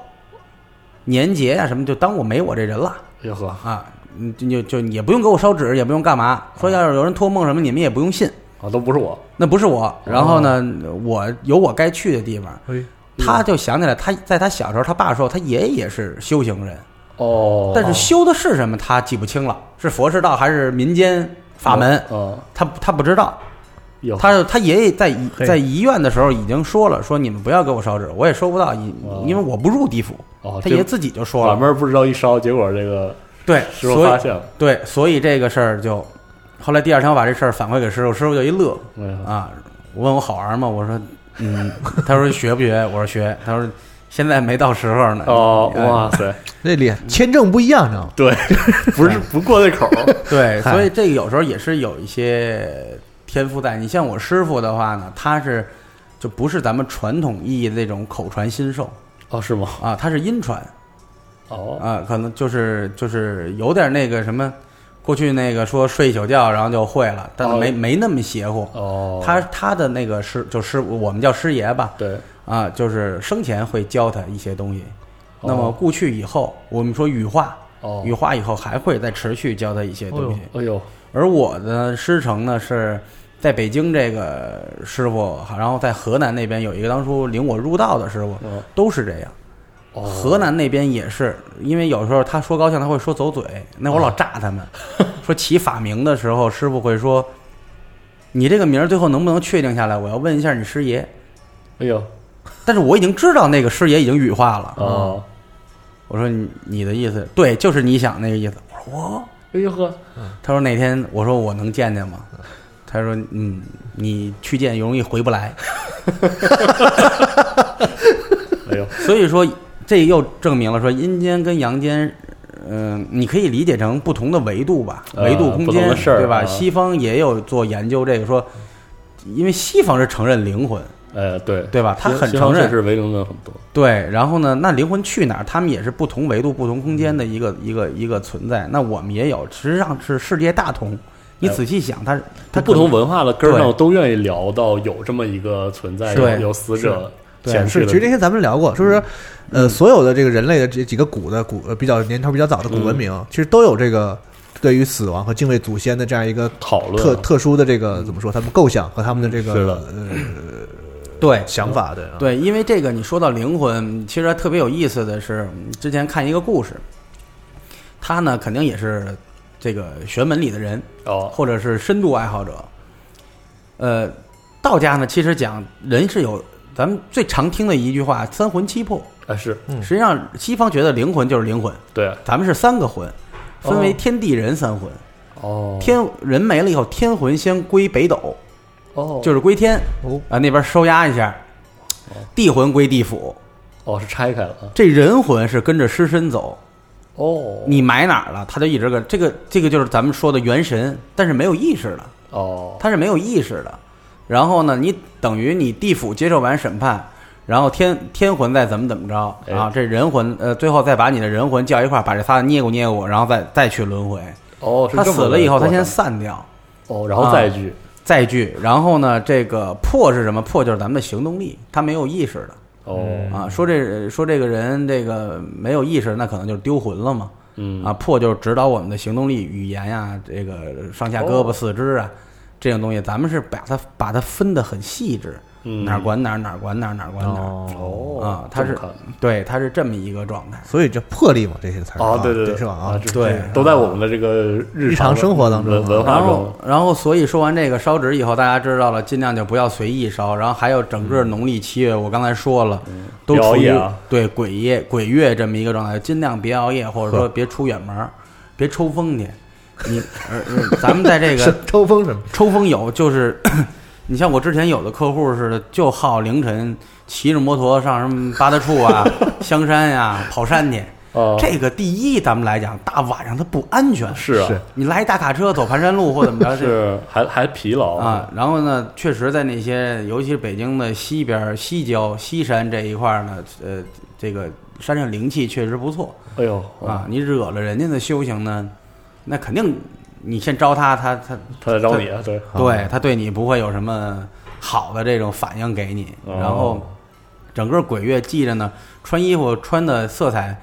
Speaker 4: 年节啊什么就当我没我这人了
Speaker 3: 哎呦呵，
Speaker 4: 啊，你就就就也不用给我烧纸，也不用干嘛。说
Speaker 3: 哦
Speaker 4: 要是有人托梦什么，你们也不用信。
Speaker 3: 啊都不是我，
Speaker 4: 那不是我。
Speaker 3: 哦
Speaker 4: 然后呢，我有我该去的地方。
Speaker 2: 哎
Speaker 3: 嗯
Speaker 4: 他就想起来，他在他小时候，他爸说他爷爷也是修行人，
Speaker 3: 哦，
Speaker 4: 但是修的是什么他记不清了，是佛是道还是民间法门，
Speaker 3: 哦，
Speaker 4: 他他不知道。
Speaker 3: 有
Speaker 4: 他他爷爷在医
Speaker 2: 嘿
Speaker 4: 在医院的时候已经说了，说你们不要给我烧纸，我也收不到，因
Speaker 3: 哦
Speaker 4: 因为我不入地府
Speaker 3: 哦。
Speaker 4: 他
Speaker 3: 这
Speaker 4: 爷自己就说
Speaker 3: 把
Speaker 4: 了，
Speaker 3: 门不知道一烧，结果这个
Speaker 4: 对，
Speaker 3: 师傅
Speaker 4: 所
Speaker 3: 发
Speaker 4: 以
Speaker 3: 现了，
Speaker 4: 对，所以这个事儿就后来第二天我把这事儿反馈给师傅，师傅就一乐，
Speaker 3: 哎呦呵
Speaker 4: 啊，我问我好玩吗？我说嗯，他说学不学？我说学。他说现在没到时候呢。
Speaker 3: 哦，
Speaker 4: 哎
Speaker 3: 哇塞，哎
Speaker 2: 那里签证不一样，你知道吗？
Speaker 3: 对， [laughs] 不是不过那口儿， [laughs]
Speaker 4: 对，
Speaker 2: 嗨
Speaker 4: 所以这个有时候也是有一些天赋在。你像我师傅的话呢，他是就不是咱们传统意义的那种口传心授
Speaker 3: 哦，是吗？
Speaker 4: 啊，他是音传
Speaker 3: 哦，
Speaker 4: 啊，可能就是就是有点那个什么，过去那个说睡一宿觉然后就会了，但
Speaker 3: 哦
Speaker 4: 没、没那么邪乎。
Speaker 3: 哦，
Speaker 4: 他他的那个师就师我们叫师爷吧，
Speaker 3: 对，
Speaker 4: 啊，就是生前会教他一些东西。
Speaker 3: 哦
Speaker 4: 那么故去以后，我们说羽化，
Speaker 3: 哦
Speaker 4: 羽化以后还会再持续教他一些东西。
Speaker 3: 哎呦，
Speaker 4: 而我的师承呢是在北京这个师傅，然后在河南那边有一个当初领我入道的师傅，
Speaker 3: 嗯
Speaker 4: 都是这样。
Speaker 3: 哦，
Speaker 4: 河南那边也是，因为有时候他说高兴，他会说走嘴，那会儿老炸他们， [laughs] 说起法名的时候，师傅会说。你这个名儿最后能不能确定下来？我要问一下你师爷。
Speaker 3: 哎呦，
Speaker 4: 但是我已经知道那个师爷已经羽化了。
Speaker 3: 哦，
Speaker 4: 我说你你的意思对，就是你想那个意思。我说我
Speaker 3: 哎呦呵，
Speaker 4: 他说那天我说我能见见吗？他说嗯，你去见容易回不来。
Speaker 3: 哎 [laughs] 呦，
Speaker 4: 所以说这又证明了说阴间跟阳间，嗯、你可以理解成不同的维度吧，
Speaker 3: 呃
Speaker 4: 维度空
Speaker 3: 不同
Speaker 4: 间，
Speaker 3: 的事儿
Speaker 4: 对吧？
Speaker 3: 啊
Speaker 4: 西方也有做研究这个说，因为西方是承认灵魂，
Speaker 3: 哎，对，
Speaker 4: 对吧他
Speaker 3: 西
Speaker 4: 很
Speaker 3: 西方
Speaker 4: 承认
Speaker 3: 确实唯灵论很多，
Speaker 4: 对，然后呢，那灵魂去哪儿？他们也是不同维度、不同空间的一个一个一个存在。那我们也有，实际上是世界大同。你
Speaker 3: 哎
Speaker 4: 仔细想，它
Speaker 3: 它
Speaker 4: 它
Speaker 3: 不
Speaker 4: 可能
Speaker 3: 同文化的根儿上
Speaker 4: 对
Speaker 3: 都愿意聊到有这么一个存在，
Speaker 4: 是
Speaker 3: 有有死者
Speaker 4: 是
Speaker 3: 前世
Speaker 2: 是，
Speaker 3: 的
Speaker 2: 其实那天咱们聊过，说
Speaker 4: 嗯
Speaker 2: 是，呃，所有的这个人类的这几个古的古呃比较年头比较早的
Speaker 3: 嗯
Speaker 2: 古文明，其实都有这个对于死亡和敬畏祖先的这样一个
Speaker 3: 讨论啊
Speaker 2: 特特殊的这
Speaker 4: 嗯
Speaker 2: 个怎么说，他们构想和他们的这
Speaker 3: 是
Speaker 2: 个
Speaker 3: 的
Speaker 2: 呃
Speaker 4: 对
Speaker 2: 想法啊
Speaker 3: 啊
Speaker 2: 的。
Speaker 4: 对，因为这个你说到灵魂，其实还特别有意思的是，嗯之前看一个故事，他呢肯定也是这个玄门里的人，
Speaker 3: 哦，
Speaker 4: 或者是深度爱好者。呃，道家呢其实讲人是有咱们最常听的一句话“三魂七魄
Speaker 3: 哎是”，
Speaker 2: 嗯
Speaker 4: 实际上西方觉得灵魂就是灵魂，
Speaker 3: 对啊
Speaker 4: 咱们是三个魂，分为
Speaker 3: 哦
Speaker 4: 天地人三魂。
Speaker 3: 哦
Speaker 4: 天人没了以后，天魂先归北斗，
Speaker 3: 哦
Speaker 4: 就是归天
Speaker 2: 哦，
Speaker 4: 啊，那边收押一下。地魂归地府，
Speaker 3: 哦是拆开了啊
Speaker 4: 这人魂是跟着尸身走，
Speaker 3: 哦
Speaker 4: 你埋哪儿了，他就一直跟这个这个就是咱们说的元神，但是没有意识的，
Speaker 3: 哦
Speaker 4: 他是没有意识的。然后呢，你等于你地府接受完审判，然后天天魂再怎么怎么着啊
Speaker 3: 哎，
Speaker 4: 这人魂呃，最后再把你的人魂叫一块儿，把这仨捏咕捏咕，然后再再去轮回。
Speaker 3: 哦是
Speaker 4: 他
Speaker 3: 这么
Speaker 4: 死了以后，
Speaker 3: 个
Speaker 4: 他
Speaker 3: 过程
Speaker 4: 先散掉，
Speaker 3: 哦然后再聚
Speaker 4: 再聚。然后呢，这个魄是什么？魄就是咱们的行动力，他没有意识的
Speaker 3: 哦
Speaker 4: 啊。说这说这个人这个没有意识，那可能就是丢魂了嘛。
Speaker 3: 嗯
Speaker 4: 啊，魄就是指导我们的行动力、语言呀、这个上下胳膊、
Speaker 3: 哦
Speaker 4: 四肢啊，这种东西，咱们是把它把它分得很细致，
Speaker 3: 嗯
Speaker 4: 哪儿管哪儿，哪儿管哪儿，哪儿管哪儿。
Speaker 3: 哦
Speaker 4: 啊，它
Speaker 3: 这
Speaker 4: 是
Speaker 3: 么看
Speaker 4: 对，它是这么一个状态。
Speaker 2: 所以这魄力嘛，这些词儿
Speaker 3: 哦对
Speaker 2: 对
Speaker 3: 对
Speaker 2: 是吧？
Speaker 3: 啊
Speaker 2: 啊，
Speaker 3: 这
Speaker 4: 对
Speaker 3: 这都在我们的这个日
Speaker 2: 日常生活当中
Speaker 3: 文文化
Speaker 4: 啊然
Speaker 3: 中
Speaker 4: 后，然后，所以说完这个烧纸以后，大家知道了，尽量就不要随意烧。然后还有整个农历七月，我刚才说了，都
Speaker 3: 别熬
Speaker 4: 处于
Speaker 3: 夜啊
Speaker 4: 对鬼夜、鬼月这么一个状态，尽量别熬夜，或者说别出远门儿，别抽风去。你，而而咱们在这个
Speaker 2: 是
Speaker 3: [laughs]
Speaker 2: 抽风什么？
Speaker 4: 抽风有，就是 [coughs] 你像我之前有的客户似的，就好凌晨骑着摩托上什么八大
Speaker 3: [laughs]
Speaker 4: 处啊、香山呀、跑山去。
Speaker 3: 哦
Speaker 4: 这个第一，咱们来讲，大晚上它不安全。
Speaker 3: 是啊
Speaker 2: 是
Speaker 4: 你来一大卡车走盘山路或怎么着这
Speaker 3: [laughs] 是还还疲劳
Speaker 4: 啊，然后呢，确实在那些，尤其是北京的西边儿、西郊、西山这一块儿呢，呃，这个山上灵气确实不错。
Speaker 3: 哎呦
Speaker 4: 啊，你惹了人家的修行呢，那肯定你先招他，他他
Speaker 3: 他在招你啊对
Speaker 4: 对他对你不会有什么好的这种反应给你。
Speaker 3: 哦
Speaker 4: 然后整个鬼月记着呢，穿衣服穿的色彩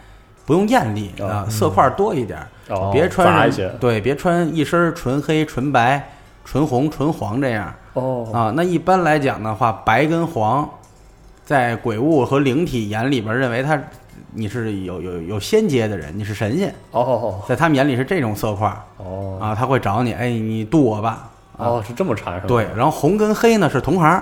Speaker 4: 不用艳丽
Speaker 3: 哦
Speaker 4: 啊，色块多一点儿
Speaker 3: 哦，
Speaker 4: 别
Speaker 3: 杂
Speaker 4: 穿
Speaker 3: 一
Speaker 4: 什
Speaker 3: 些
Speaker 4: 么对，别穿一身纯黑、纯白、纯红、纯黄这样
Speaker 3: 哦
Speaker 4: 啊。那一般来讲的话，白跟黄在鬼物和灵体眼里边认为他你是有有有仙阶的人，你是神仙，
Speaker 3: 哦
Speaker 4: 在他们眼里是这种色块
Speaker 3: 哦
Speaker 4: 啊，他会找你，哎，你渡我吧。啊
Speaker 3: 哦是这么缠上的
Speaker 4: 对，然后红跟黑呢是同行，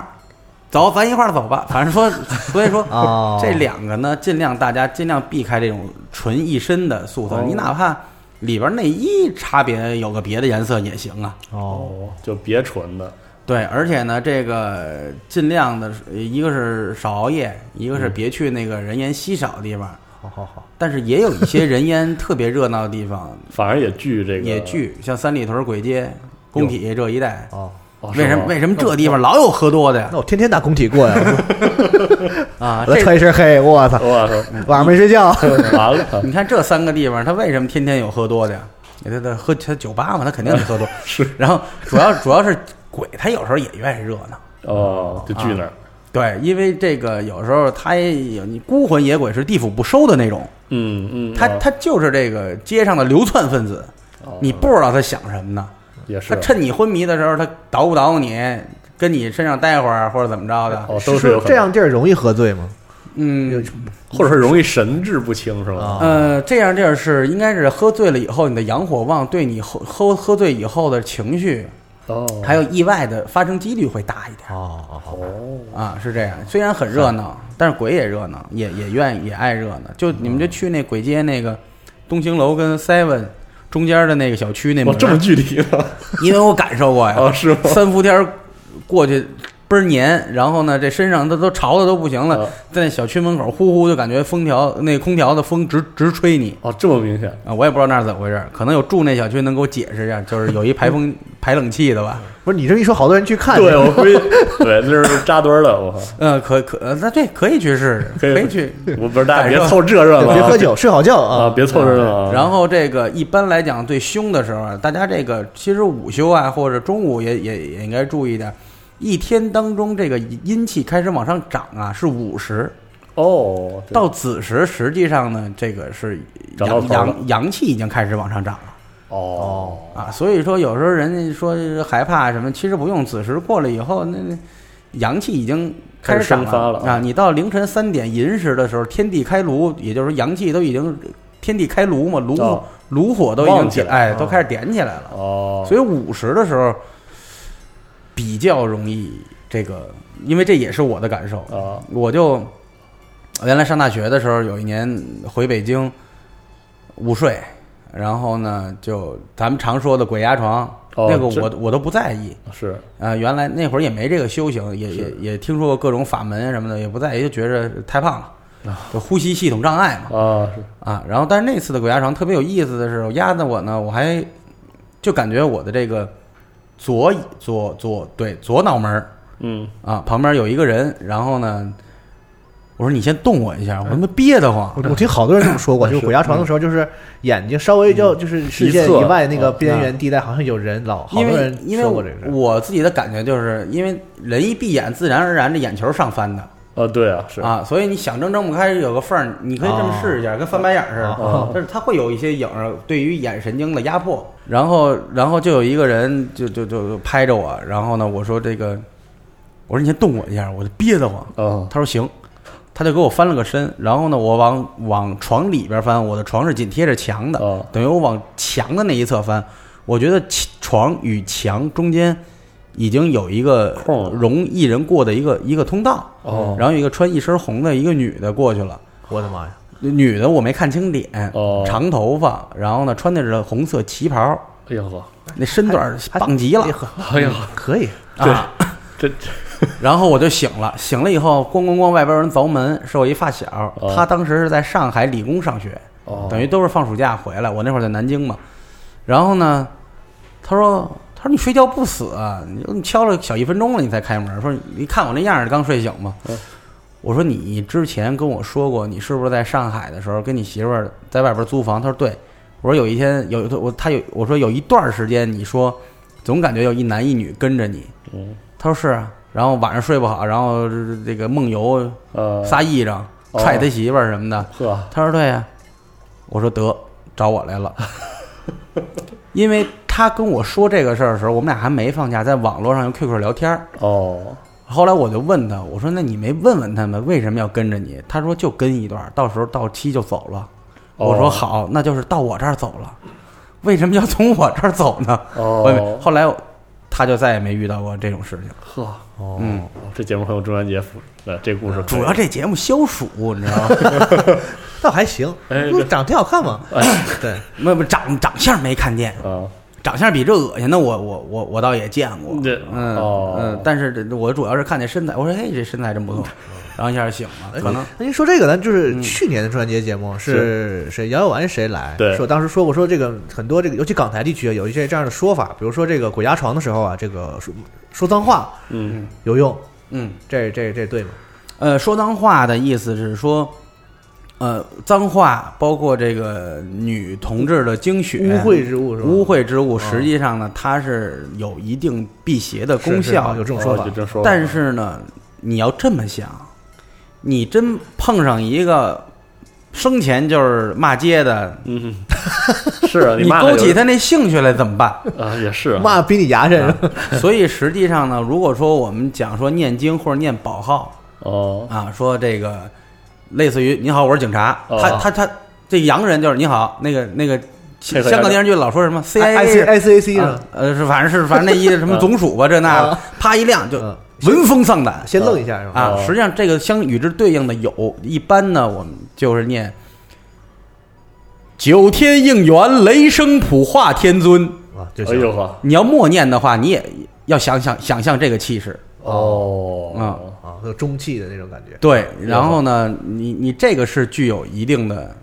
Speaker 4: 走，咱一块儿走吧。反
Speaker 3: [laughs]
Speaker 4: 正说，所以说、
Speaker 2: 哦
Speaker 4: 这两个呢，尽量大家尽量避开这种纯一身的素色，
Speaker 3: 哦
Speaker 4: 你哪怕里边内衣差别有个别的颜色也行啊。
Speaker 2: 哦，
Speaker 3: 哦，就别纯的
Speaker 4: 对，而且呢，这个尽量的，一个是少熬夜，一
Speaker 3: 嗯
Speaker 4: 个是别去那个人烟稀少的地方。
Speaker 2: 好好好，
Speaker 4: 但是也有一些人烟特别热闹的地方
Speaker 3: 反而也聚 [laughs] 这个
Speaker 4: 也聚，像三里屯簋街、工体这一带。
Speaker 2: 哦，
Speaker 3: 哦是
Speaker 4: 为什么
Speaker 3: 吗
Speaker 4: 为什么这地方老有喝多的呀
Speaker 2: 那？我天天打工体过呀，
Speaker 4: 啊，
Speaker 2: 我
Speaker 4: 这
Speaker 2: 穿一身黑，我操，
Speaker 3: 我
Speaker 4: [laughs]
Speaker 3: 操，
Speaker 2: 晚上没睡觉。
Speaker 3: 完了，
Speaker 4: 你看这三个地方，他为什么天天有喝多的呀？他他喝他酒吧嘛，他肯定得
Speaker 3: [laughs]
Speaker 4: 喝多。是，然后主要主要是鬼，他有时候也愿意热闹。
Speaker 3: 哦，就聚那
Speaker 4: 啊
Speaker 3: 儿，
Speaker 4: 对，因为这个有时候他也有你孤魂野鬼是地府不收的那种，
Speaker 3: 嗯嗯，
Speaker 4: 他
Speaker 3: 哦
Speaker 4: 他就是这个街上的流窜分子，你不知道他想什么呢？
Speaker 3: 也
Speaker 4: 他
Speaker 3: 是，
Speaker 4: 趁你昏迷的时候，他捣鼓捣鼓你，跟你身上待会儿或者怎么着的。
Speaker 3: 哦，都是有可能
Speaker 2: 这，样地儿容易喝醉吗？
Speaker 4: 嗯，
Speaker 3: 或者是容易神志不清是吧？
Speaker 4: 呃，这样地儿是应该是喝醉了以后，你的阳火旺对你喝喝喝醉以后的情绪，
Speaker 3: 哦，
Speaker 4: 还有意外的发生几率会大一点
Speaker 2: 哦哦哦，
Speaker 3: 哦，
Speaker 4: 啊，是这样。虽然很热闹，但是鬼也热闹，也也愿意也爱热闹。就你们就去那鬼街那个东兴楼跟 Seven 中间的那个小区那
Speaker 3: 哇，
Speaker 4: 门儿，
Speaker 3: 哦这么具体的，
Speaker 4: 因为我感受过呀，
Speaker 3: 哦是吗
Speaker 4: 三伏天儿过去倍儿黏，然后呢，这身上都都潮的都不行了，
Speaker 3: 哦
Speaker 4: 在那小区门口呼呼就感觉风调那空调的风直直吹你。
Speaker 3: 哦，这么明显，
Speaker 4: 啊，我也不知道那是怎么回事儿，可能有住那小区能给我解释一下，就是有一排风 [laughs] 排冷气的吧？
Speaker 2: 不是你这么一说，好多人去看。
Speaker 3: 对我估计，对，那是扎堆儿了，我靠，
Speaker 4: 呃，可可，呃那对，可以去试试，
Speaker 3: 可以
Speaker 4: 去。
Speaker 3: 我不是大家别
Speaker 4: 感受
Speaker 3: 凑这热闹啊，
Speaker 2: 别喝酒，睡好觉
Speaker 3: 啊，
Speaker 2: 啊！
Speaker 3: 别凑热闹啊，
Speaker 4: 然后这个一般来讲，最凶的时候啊，大家这个其实午休啊，或者中午也也也应该注意点儿。一天当中，这个阴气开始往上涨啊，是午时，
Speaker 3: 哦，对
Speaker 4: 到子时，实际上呢，这个是
Speaker 3: 涨到
Speaker 4: 阳
Speaker 3: 头了
Speaker 4: 阳阳气已经开始往上涨了
Speaker 3: 哦，
Speaker 4: 啊。所以说，有时候人家说害怕什么，其实不用，子时过了以后，那那阳气已经开始涨
Speaker 3: 开始生发了啊
Speaker 4: 啊。你到凌晨三点寅时的时候，天地开炉，也就是说阳气都已经天地开炉嘛，炉
Speaker 3: 哦
Speaker 4: 炉火都已经
Speaker 3: 旺起
Speaker 4: 点，
Speaker 3: 来
Speaker 4: 哎，
Speaker 3: 啊
Speaker 4: 都开始点起来了。
Speaker 3: 哦，
Speaker 4: 所以午时的时候比较容易这个，因为这也是我的感受
Speaker 3: 啊，
Speaker 4: 我就原来上大学的时候，有一年回北京午睡，然后呢，就咱们常说的鬼压床，
Speaker 3: 哦
Speaker 4: 那个
Speaker 3: 这
Speaker 4: 我我都不在意。
Speaker 3: 是
Speaker 4: 啊、原来那会儿也没这个修行，也也也听说过各种法门什么的，也不在意，就觉着太胖了，就呼吸系统障碍嘛。
Speaker 3: 啊，是
Speaker 4: 啊，然后但是那次的鬼压床特别有意思的是，压的我呢，我还就感觉我的这个左左左对左脑门儿
Speaker 3: 嗯，
Speaker 4: 啊，旁边有一个人，然后呢，我说你先动我一下，我他妈憋得慌
Speaker 2: 我我听好多人这么说过，就是鬼压床的时候，就是眼睛稍微要就是视线以外那个边缘地带，好像有人老好
Speaker 4: 因
Speaker 2: 多
Speaker 4: 为
Speaker 2: 人
Speaker 4: 嗯因为
Speaker 2: 说过这个事儿。
Speaker 4: 我自己的感觉就是，因为人一闭眼，自然而然这眼球上翻的
Speaker 3: 啊，对啊，是
Speaker 4: 啊，所以你想睁睁不开有个缝儿，你可以这么试一
Speaker 2: 啊
Speaker 4: 下，跟翻白眼儿似的，
Speaker 2: 哦
Speaker 4: 但是它会有一些影儿对于眼神经的压迫。然后然后就有一个人就就就就拍着我，然后呢，我说这个，我说你先动我一下，我就憋得慌。
Speaker 3: 哦，
Speaker 4: 他说行，他就给我翻了个身，然后呢，我往往床里边翻，我的床是紧贴着墙的，
Speaker 3: 哦
Speaker 4: 等于我往墙的那一侧翻。我觉得起床与墙中间已经有一个
Speaker 3: 空了
Speaker 4: 容易人过的一个一个通道，
Speaker 3: 哦
Speaker 4: 然后有一个穿一身红的一个女的过去了。
Speaker 2: 我的妈呀！
Speaker 4: 女的我没看清脸，
Speaker 3: 哦
Speaker 4: 长头发，然后呢穿的是红色旗袍，
Speaker 3: 哎呦呵，
Speaker 4: 那身段儿
Speaker 2: 还
Speaker 4: 棒极了
Speaker 2: 哎呵
Speaker 3: 哎呦，
Speaker 2: 可以，
Speaker 3: 对
Speaker 4: 啊！
Speaker 3: 这这
Speaker 4: 然后我就醒了，醒了以后，咣咣咣，外边有人凿门，是我一发小，
Speaker 3: 哦
Speaker 4: 他当时是在上海理工上学，
Speaker 3: 哦
Speaker 4: [laughs] 等于都是放暑假回来，我那会儿在南京嘛。然后呢，他说：“他说你睡觉不死啊？你你敲了小一分钟了，你才开门。说你看我那样儿，刚睡醒嘛。
Speaker 3: 嗯
Speaker 4: 我说：“你之前跟我说过，你是不是在上海的时候跟你媳妇儿在外边租房？”他说：“对。”我说：“有一天有我他有我说有一段儿时间，你说总感觉有一男一女跟着你。”
Speaker 3: 嗯
Speaker 4: 他说是啊，然后晚上睡不好，然后这个梦游
Speaker 3: 呃，
Speaker 4: 撒癔碜，
Speaker 3: 哦
Speaker 4: 踹他媳妇儿什么的。
Speaker 3: 呵，
Speaker 4: 他说对啊呀、我说得找我来了， [laughs] 因为他跟我说这个事儿的时候，我们俩还没放假，在网络上用 QQ 聊天儿。
Speaker 3: 哦，
Speaker 4: 后来我就问他，我说那你没问问他们为什么要跟着你？他说就跟一段儿，到时候到期就走了。
Speaker 3: 哦
Speaker 4: 我说好，那就是到我这儿走了。为什么要从我这儿走呢？
Speaker 3: 哦
Speaker 4: 我也没后来他就再也没遇到过这种事情。
Speaker 3: 呵，哦，这节目很有中元节福，呃，这故事可以
Speaker 4: 主要这节目消暑，你知 [laughs] 道吗？
Speaker 2: 倒还行，
Speaker 3: 哎
Speaker 2: 不
Speaker 3: 这
Speaker 2: 长得挺好看嘛。对，
Speaker 4: 那不长长相没看见，
Speaker 3: 啊，
Speaker 4: 长相比这恶心的，我我我我倒也见过，
Speaker 3: 对
Speaker 4: 嗯
Speaker 3: 哦
Speaker 4: 嗯，但是这我主要是看这身材，我说哎这身材真不
Speaker 2: [laughs]
Speaker 4: 错，然后一下醒了，哎可能
Speaker 2: 嗯那您说这个，咱就是去年的春晚节节目是谁？杨耀文谁来？
Speaker 3: 对
Speaker 2: 说当时说过说这个很多这个，尤其港台地区啊有一些这样的说法，比如说这个鬼压床的时候啊，这个说说脏话
Speaker 3: 嗯
Speaker 2: 有用，
Speaker 4: 嗯
Speaker 2: 这这这对吗？
Speaker 4: 呃说脏话的意思是说。呃，脏话包括这个女同志的精血、
Speaker 2: 污秽之物是吧？哦
Speaker 4: 污秽之物，实际上呢，它是有一定辟邪的功
Speaker 2: 是是
Speaker 4: 效
Speaker 2: 有这，种说
Speaker 3: 哦
Speaker 2: 法
Speaker 3: 就，这么说吧，
Speaker 4: 但是呢，你要这么想，你真碰上一个生前就是骂街的， [laughs]
Speaker 3: 嗯，是啊，
Speaker 4: 你
Speaker 3: 骂
Speaker 4: 勾
Speaker 3: 的
Speaker 4: 起他那兴趣来怎么办？ [laughs]
Speaker 3: 啊，也是啊
Speaker 2: 骂比你牙碜是吧，
Speaker 4: 所以实际上呢，如果说我们讲说念经或者念宝号
Speaker 3: 哦，
Speaker 4: 啊，说这个类似于“你好，我是警察”，
Speaker 3: 哦
Speaker 4: 他他他这洋人就是“你好”，那个那个
Speaker 3: 配合
Speaker 4: 香港电视剧老说什么
Speaker 2: [laughs] I C
Speaker 4: CIA
Speaker 2: I C A C 是
Speaker 4: 啊
Speaker 2: 吧？
Speaker 4: 呃，是反正是反正那一什么总署吧，这那的，啪一亮就
Speaker 2: 嗯
Speaker 4: 闻风丧胆
Speaker 2: 先愣一下是吧？
Speaker 4: 啊
Speaker 3: 哦。
Speaker 4: 实际上这个相与之对应的有，一般呢我们就是念九天应元，雷声普化天尊。
Speaker 2: 啊，就
Speaker 3: 哎
Speaker 2: 行
Speaker 3: 呦呵，
Speaker 4: 你要默念的话，你也要想想想象这个气势。
Speaker 3: 哦
Speaker 4: 啊
Speaker 2: 啊，有中气的那种感觉。
Speaker 4: 对，然后呢，你你这个是具有一定的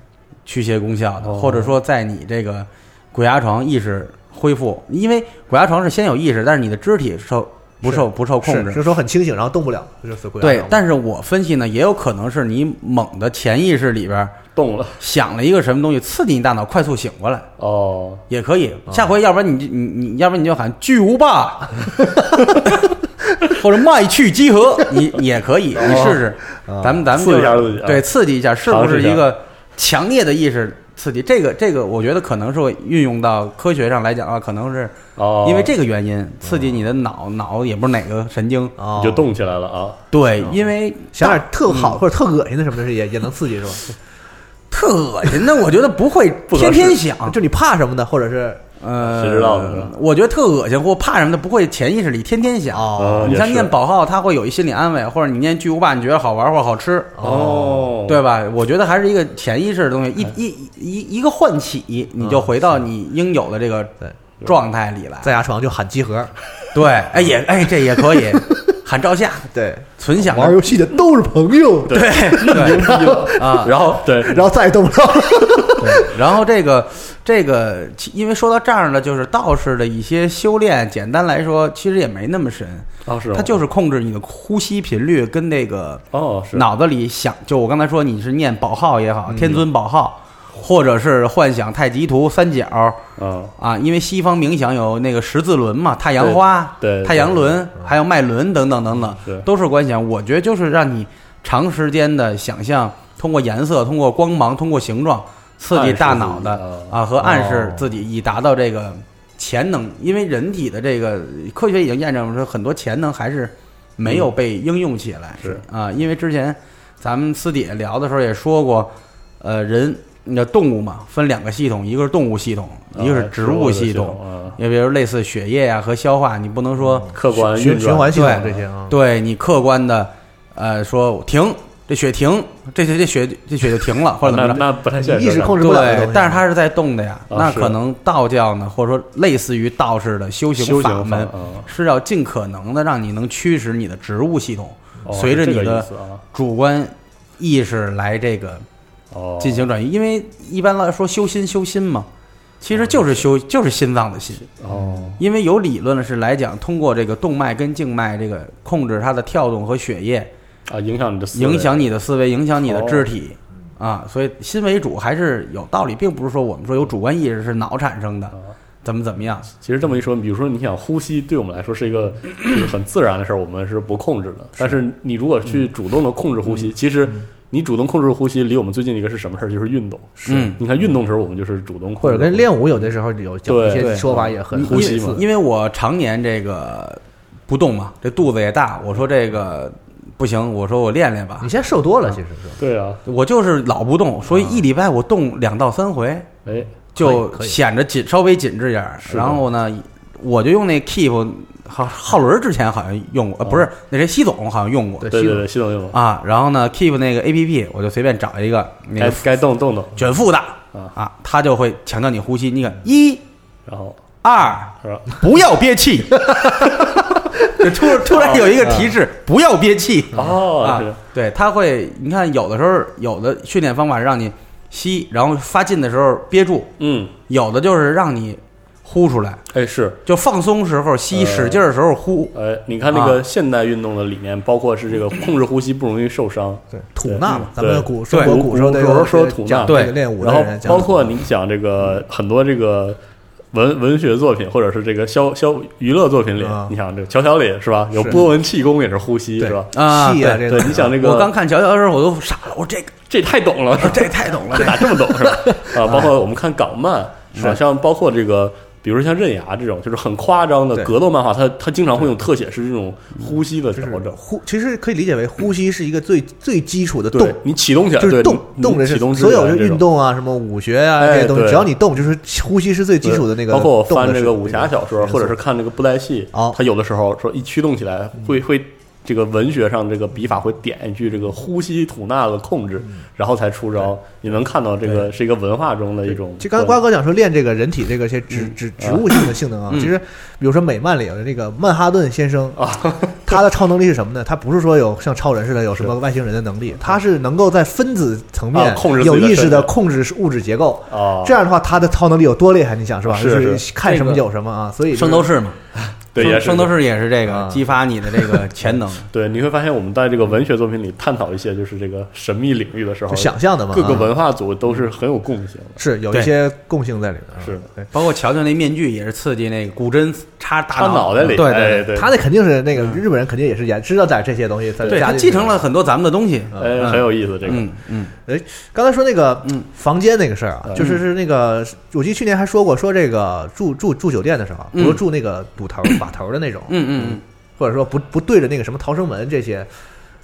Speaker 4: 驱邪功效的，
Speaker 3: 哦
Speaker 4: 或者说在你这个鬼压床意识恢复，因为鬼压床是先有意识，但是你的肢体受不受不受控
Speaker 2: 是，
Speaker 4: 制
Speaker 2: 是。说很清醒，然后动不了，就是鬼压
Speaker 4: 对
Speaker 2: 床，
Speaker 4: 但是我分析呢，也有可能是你猛的潜意识里边
Speaker 3: 动了
Speaker 4: 想了一个什么东西，刺激你大脑快速醒过来，
Speaker 3: 哦，
Speaker 4: 也可以。下回要不然你就你你，要不然你就喊巨
Speaker 3: [laughs]
Speaker 4: 无霸，或者麦趣集合，你你也可以，你试试。咱们咱们就
Speaker 3: 哦啊刺激一下自己啊
Speaker 4: 对，刺激一下，是不
Speaker 3: 尝试
Speaker 4: 是
Speaker 3: 一下
Speaker 4: 一个强烈的意识刺激？这个这个，我觉得可能是会运用到科学上来讲啊，可能是
Speaker 3: 哦，
Speaker 4: 因为这个原因刺激你的脑，脑也不是哪个神经。
Speaker 2: 啊，
Speaker 3: 你就动起来了啊，
Speaker 4: 对，因为
Speaker 2: 想点特好或者特恶心的什么的，也也能刺激是吧？
Speaker 4: 特恶心的，我觉得不会
Speaker 3: [laughs] 不合
Speaker 4: 天
Speaker 3: 适
Speaker 4: 天想，
Speaker 2: 就你怕什么的，或者是
Speaker 4: 呃，
Speaker 3: 谁知道呢是吧
Speaker 4: 我觉得特恶心或怕什么的，不会潜意识里天天想。
Speaker 2: 哦
Speaker 3: 呃
Speaker 4: 你
Speaker 3: 也
Speaker 4: 像
Speaker 3: 是
Speaker 4: 念宝号，它会有一心理安慰，或者你念巨无霸，你觉得好玩或者好吃，
Speaker 3: 哦，
Speaker 4: 对吧？我觉得还是一个潜意识的东西，
Speaker 3: 嗯
Speaker 4: 一一一一个唤起，你就回到你应有的这
Speaker 3: 嗯
Speaker 4: 个
Speaker 2: 对
Speaker 4: 状态里来。
Speaker 2: 在牙床就喊集合，
Speaker 4: 对，哎也哎这也可以，喊照下，
Speaker 2: 对，
Speaker 4: 存
Speaker 2: [laughs]
Speaker 4: 想
Speaker 2: 玩游戏的都是朋友， [laughs]
Speaker 4: 对对啊， [laughs] 然后
Speaker 3: [laughs] 对，
Speaker 2: 然后再也动不了了。
Speaker 4: 然后这个这个，其因为说到这儿呢，就是道士的一些修炼，简单来说，其实也没那么深，
Speaker 3: 哦是吗，
Speaker 4: 它就是控制你的呼吸频率跟那个
Speaker 3: 哦是嗯
Speaker 4: 脑子里想，就我刚才说你是念宝号也好，天尊宝号，或者是幻想太极图三角
Speaker 3: 啊，
Speaker 4: 啊，因为西方冥想有那个十字轮嘛，太阳花、
Speaker 3: 对对
Speaker 4: 太阳轮，还有脉轮等等等等
Speaker 3: 是，
Speaker 4: 都是观想。我觉得就是让你长时间的想象，通过颜色、通过光芒、通过形状刺激大脑
Speaker 3: 暗示
Speaker 4: 的
Speaker 3: 自己
Speaker 4: 啊和暗示
Speaker 3: 哦
Speaker 4: 自己，以达到这个潜能。因为人体的这个科学已经验证说，很多潜能还是没有被应用起来。
Speaker 3: 嗯是
Speaker 4: 啊，因为之前咱们私底下聊的时候也说过，呃，人那动物嘛，分两个系统，一个是动物系统，一个是
Speaker 3: 啊
Speaker 4: 植
Speaker 3: 植物
Speaker 4: 物系
Speaker 3: 的系统
Speaker 4: 统
Speaker 3: 啊。
Speaker 4: 也比如类似血液呀、啊和消化，你不能说
Speaker 3: 客观
Speaker 2: 循
Speaker 3: 啊运转
Speaker 2: 循环系统这
Speaker 4: 对
Speaker 2: 些
Speaker 3: 嗯
Speaker 2: 啊，
Speaker 4: 对你客观的，呃，说停，这血停，这这这血这血就停了，或者
Speaker 3: 那
Speaker 4: 怎么着。
Speaker 3: 那不太现实，
Speaker 2: 意识控制不了的东
Speaker 4: 对
Speaker 2: 西，
Speaker 4: 但是它是在动的呀。
Speaker 3: 啊
Speaker 4: 那
Speaker 3: 是
Speaker 4: 可能道教呢，或者说类似于道士的修
Speaker 3: 修
Speaker 4: 行
Speaker 3: 行
Speaker 4: 法
Speaker 3: 法
Speaker 4: 门
Speaker 3: 啊，
Speaker 4: 是要尽可能的让你能驱使你的植物系统，
Speaker 3: 哦
Speaker 4: 随着
Speaker 3: 是这
Speaker 4: 你
Speaker 3: 个意
Speaker 4: 的
Speaker 3: 思啊
Speaker 4: 主观意识来这个
Speaker 3: 哦
Speaker 4: 进行转移。因为一般来说修心修心嘛，其实就是修就是心脏的心。
Speaker 3: 哦
Speaker 4: 因为有理论是来讲，通过这个动脉跟静脉这个控制它的跳动和血液，
Speaker 3: 啊影响你的思维哦
Speaker 4: 影响你的思维，影响你的肢体。啊，所以心为主还是有道理，并不是说我们说有主观意识是脑产生的，
Speaker 3: 哦
Speaker 4: 怎么怎么样，
Speaker 3: 其实这么一说，比如说你想呼吸，对我们来说是一个就是很自然的事儿，我们是不控制的。但是你如果去主动的控制呼吸，其实你主动控制呼吸，离我们最近的一个是什么事儿？就是运动。是
Speaker 4: 嗯
Speaker 3: 你看运动的时候，我们就是主动控制
Speaker 2: 或者跟练武有的时候有讲一
Speaker 3: 对
Speaker 2: 些
Speaker 3: 对
Speaker 2: 说法也很
Speaker 3: 你呼吸嘛
Speaker 4: 因为因为我常年这个不动嘛，这肚子也大，我说这个不行，我说我练练吧
Speaker 3: 嗯
Speaker 2: 你，现在瘦多了，其实是吧
Speaker 3: 对啊，
Speaker 4: 我就是老不动，
Speaker 3: 哦
Speaker 4: 所以一礼拜我动两到三回，
Speaker 3: 哎，
Speaker 4: 就
Speaker 2: 可以可以
Speaker 4: 显着紧，稍微紧致一点儿。
Speaker 3: 的
Speaker 4: 然后呢，我就用那 Keep，浩浩伦之前好像用过，呃，不是那谁西总好像用过
Speaker 2: 对
Speaker 3: 对
Speaker 2: 吸
Speaker 3: 对
Speaker 2: 了
Speaker 3: 对，系统运动，
Speaker 4: 啊。然后呢，Keep 那个 A P P，我就随便找一个那
Speaker 3: 该
Speaker 4: 个
Speaker 3: 该动动动，
Speaker 4: 卷腹的
Speaker 3: 啊
Speaker 4: 啊，它就会强调你呼吸。你看一
Speaker 3: 然后
Speaker 4: 二
Speaker 3: 是吧？
Speaker 4: 不要憋气。就突突然有一个提示，不要憋气
Speaker 3: 哦，
Speaker 4: 啊
Speaker 3: 是，
Speaker 4: 对，他会，你看有的时候有的训练方法是让你吸，然后发劲的时候憋住，
Speaker 3: 嗯，
Speaker 4: 有的就是让你呼出来，
Speaker 3: 哎是，
Speaker 4: 就放松时候吸，
Speaker 3: 呃
Speaker 4: 使劲儿的时候呼。
Speaker 3: 呃，你看那个现代运动的理念，包括是这个控制呼吸不容易受伤，
Speaker 2: 对，吐纳嘛，咱
Speaker 3: 对
Speaker 2: 们古中
Speaker 4: 对
Speaker 2: 国古时候都
Speaker 3: 古时
Speaker 2: 有
Speaker 3: 候说吐纳
Speaker 2: 讲
Speaker 4: 对
Speaker 2: 这个练武的
Speaker 3: 然后
Speaker 2: 人讲
Speaker 3: 包
Speaker 2: 吐
Speaker 3: 括
Speaker 2: 纳
Speaker 3: 你讲这个很多这个文文学作品，或者是这个消消娱乐作品里
Speaker 2: 啊，
Speaker 3: 你想这个乔乔里是吧？有
Speaker 2: 是
Speaker 3: 波纹气功也是呼吸
Speaker 2: 对
Speaker 3: 是吧？
Speaker 4: 啊
Speaker 2: 气啊，
Speaker 3: 对
Speaker 2: 这个
Speaker 3: 你想这个
Speaker 4: 我刚看乔乔的时候，我都傻了，我这个
Speaker 3: 这太懂
Speaker 2: 啊
Speaker 3: 了，
Speaker 4: 这太懂了，
Speaker 3: 这哪这么懂是吧？
Speaker 2: [laughs]
Speaker 3: 啊，包括我们看港漫，好像包括这个，比如像刃牙这种，就是很夸张的
Speaker 2: 对嗯
Speaker 3: 格斗漫画，它它经常会用特写是这种呼吸的
Speaker 2: 就是
Speaker 3: 调整。
Speaker 2: 呼，其实可以理解为呼吸是一个最最基础的动
Speaker 3: 对，你启动起来，
Speaker 2: 就是
Speaker 3: 对
Speaker 2: 动
Speaker 3: 你
Speaker 2: 动
Speaker 3: 你
Speaker 2: 这
Speaker 3: 启
Speaker 2: 是
Speaker 3: 动
Speaker 2: 所有
Speaker 3: 的
Speaker 2: 的运动啊，什么武学啊
Speaker 3: 哎
Speaker 2: 这些东西，
Speaker 3: 对
Speaker 2: 只要你动，就是呼吸是最基础的那个
Speaker 3: 包
Speaker 2: 动的是。
Speaker 3: 括我翻这个武侠小
Speaker 2: 元
Speaker 3: 说，
Speaker 2: 素
Speaker 3: 或者是看这个布袋戏
Speaker 2: 哦，
Speaker 3: 它有的时候说一驱动起来会会。这个文学上这个笔法会点一句这个呼吸吐纳的控制，
Speaker 2: 嗯
Speaker 3: 然后才出招。你能看到这个是一个文化中的一种关。嗯
Speaker 2: 就刚才瓜哥讲说练这个人体这个些植植植物性的性能啊，其实比如说美漫里有这个曼哈顿先生啊，他的超能力是什么呢？他不是说有像超人似的有什么外星人的能力，他是能够在分子层面
Speaker 3: 嗯啊控制自己
Speaker 2: 有
Speaker 3: 的
Speaker 2: 意识
Speaker 3: 身
Speaker 2: 的
Speaker 3: 体
Speaker 2: 控制物质结构。
Speaker 3: 啊，
Speaker 2: 这样的话，他的超能力有多厉害？你想是吧？就是是看什么
Speaker 4: 这个
Speaker 2: 有什么啊，所以就是
Speaker 4: 圣斗士嘛，
Speaker 3: 对也
Speaker 4: 圣
Speaker 3: 是
Speaker 4: 圣斗士也是这个
Speaker 2: 啊
Speaker 4: 激发你的这个潜能。
Speaker 3: 对，你会发现我们在这个文学作品里探讨一些就是这个神秘领域的时候，
Speaker 2: 就想象的嘛，
Speaker 3: 各个
Speaker 2: 啊
Speaker 3: 文化组都是很有共性的。
Speaker 2: 是有一
Speaker 4: 对
Speaker 2: 些共性在里面啊。
Speaker 3: 是的
Speaker 2: 对。
Speaker 4: 包括乔乔那面具也是刺激那个骨针插大
Speaker 3: 插脑袋里
Speaker 4: 对
Speaker 3: 哎
Speaker 4: 对
Speaker 3: 对嗯
Speaker 2: 他那肯定是那个日本人，肯定也是也知道点这些东西，他
Speaker 4: 对，
Speaker 2: 加
Speaker 4: 他
Speaker 2: 进
Speaker 4: 继
Speaker 2: 去
Speaker 4: 承了。很多咱们的东西。
Speaker 2: 嗯
Speaker 3: 哎，很有意思这个。
Speaker 4: 嗯嗯，
Speaker 2: 哎，刚才说那个
Speaker 4: 嗯
Speaker 2: 房间那个事儿啊，就是是那个，我记得去年还说过，说这个住住住酒店的时候啊，不
Speaker 4: 嗯
Speaker 2: 是住那个堵头把头的那种，
Speaker 4: 嗯嗯嗯，
Speaker 2: 或者说不不对着那个什么逃生门这些，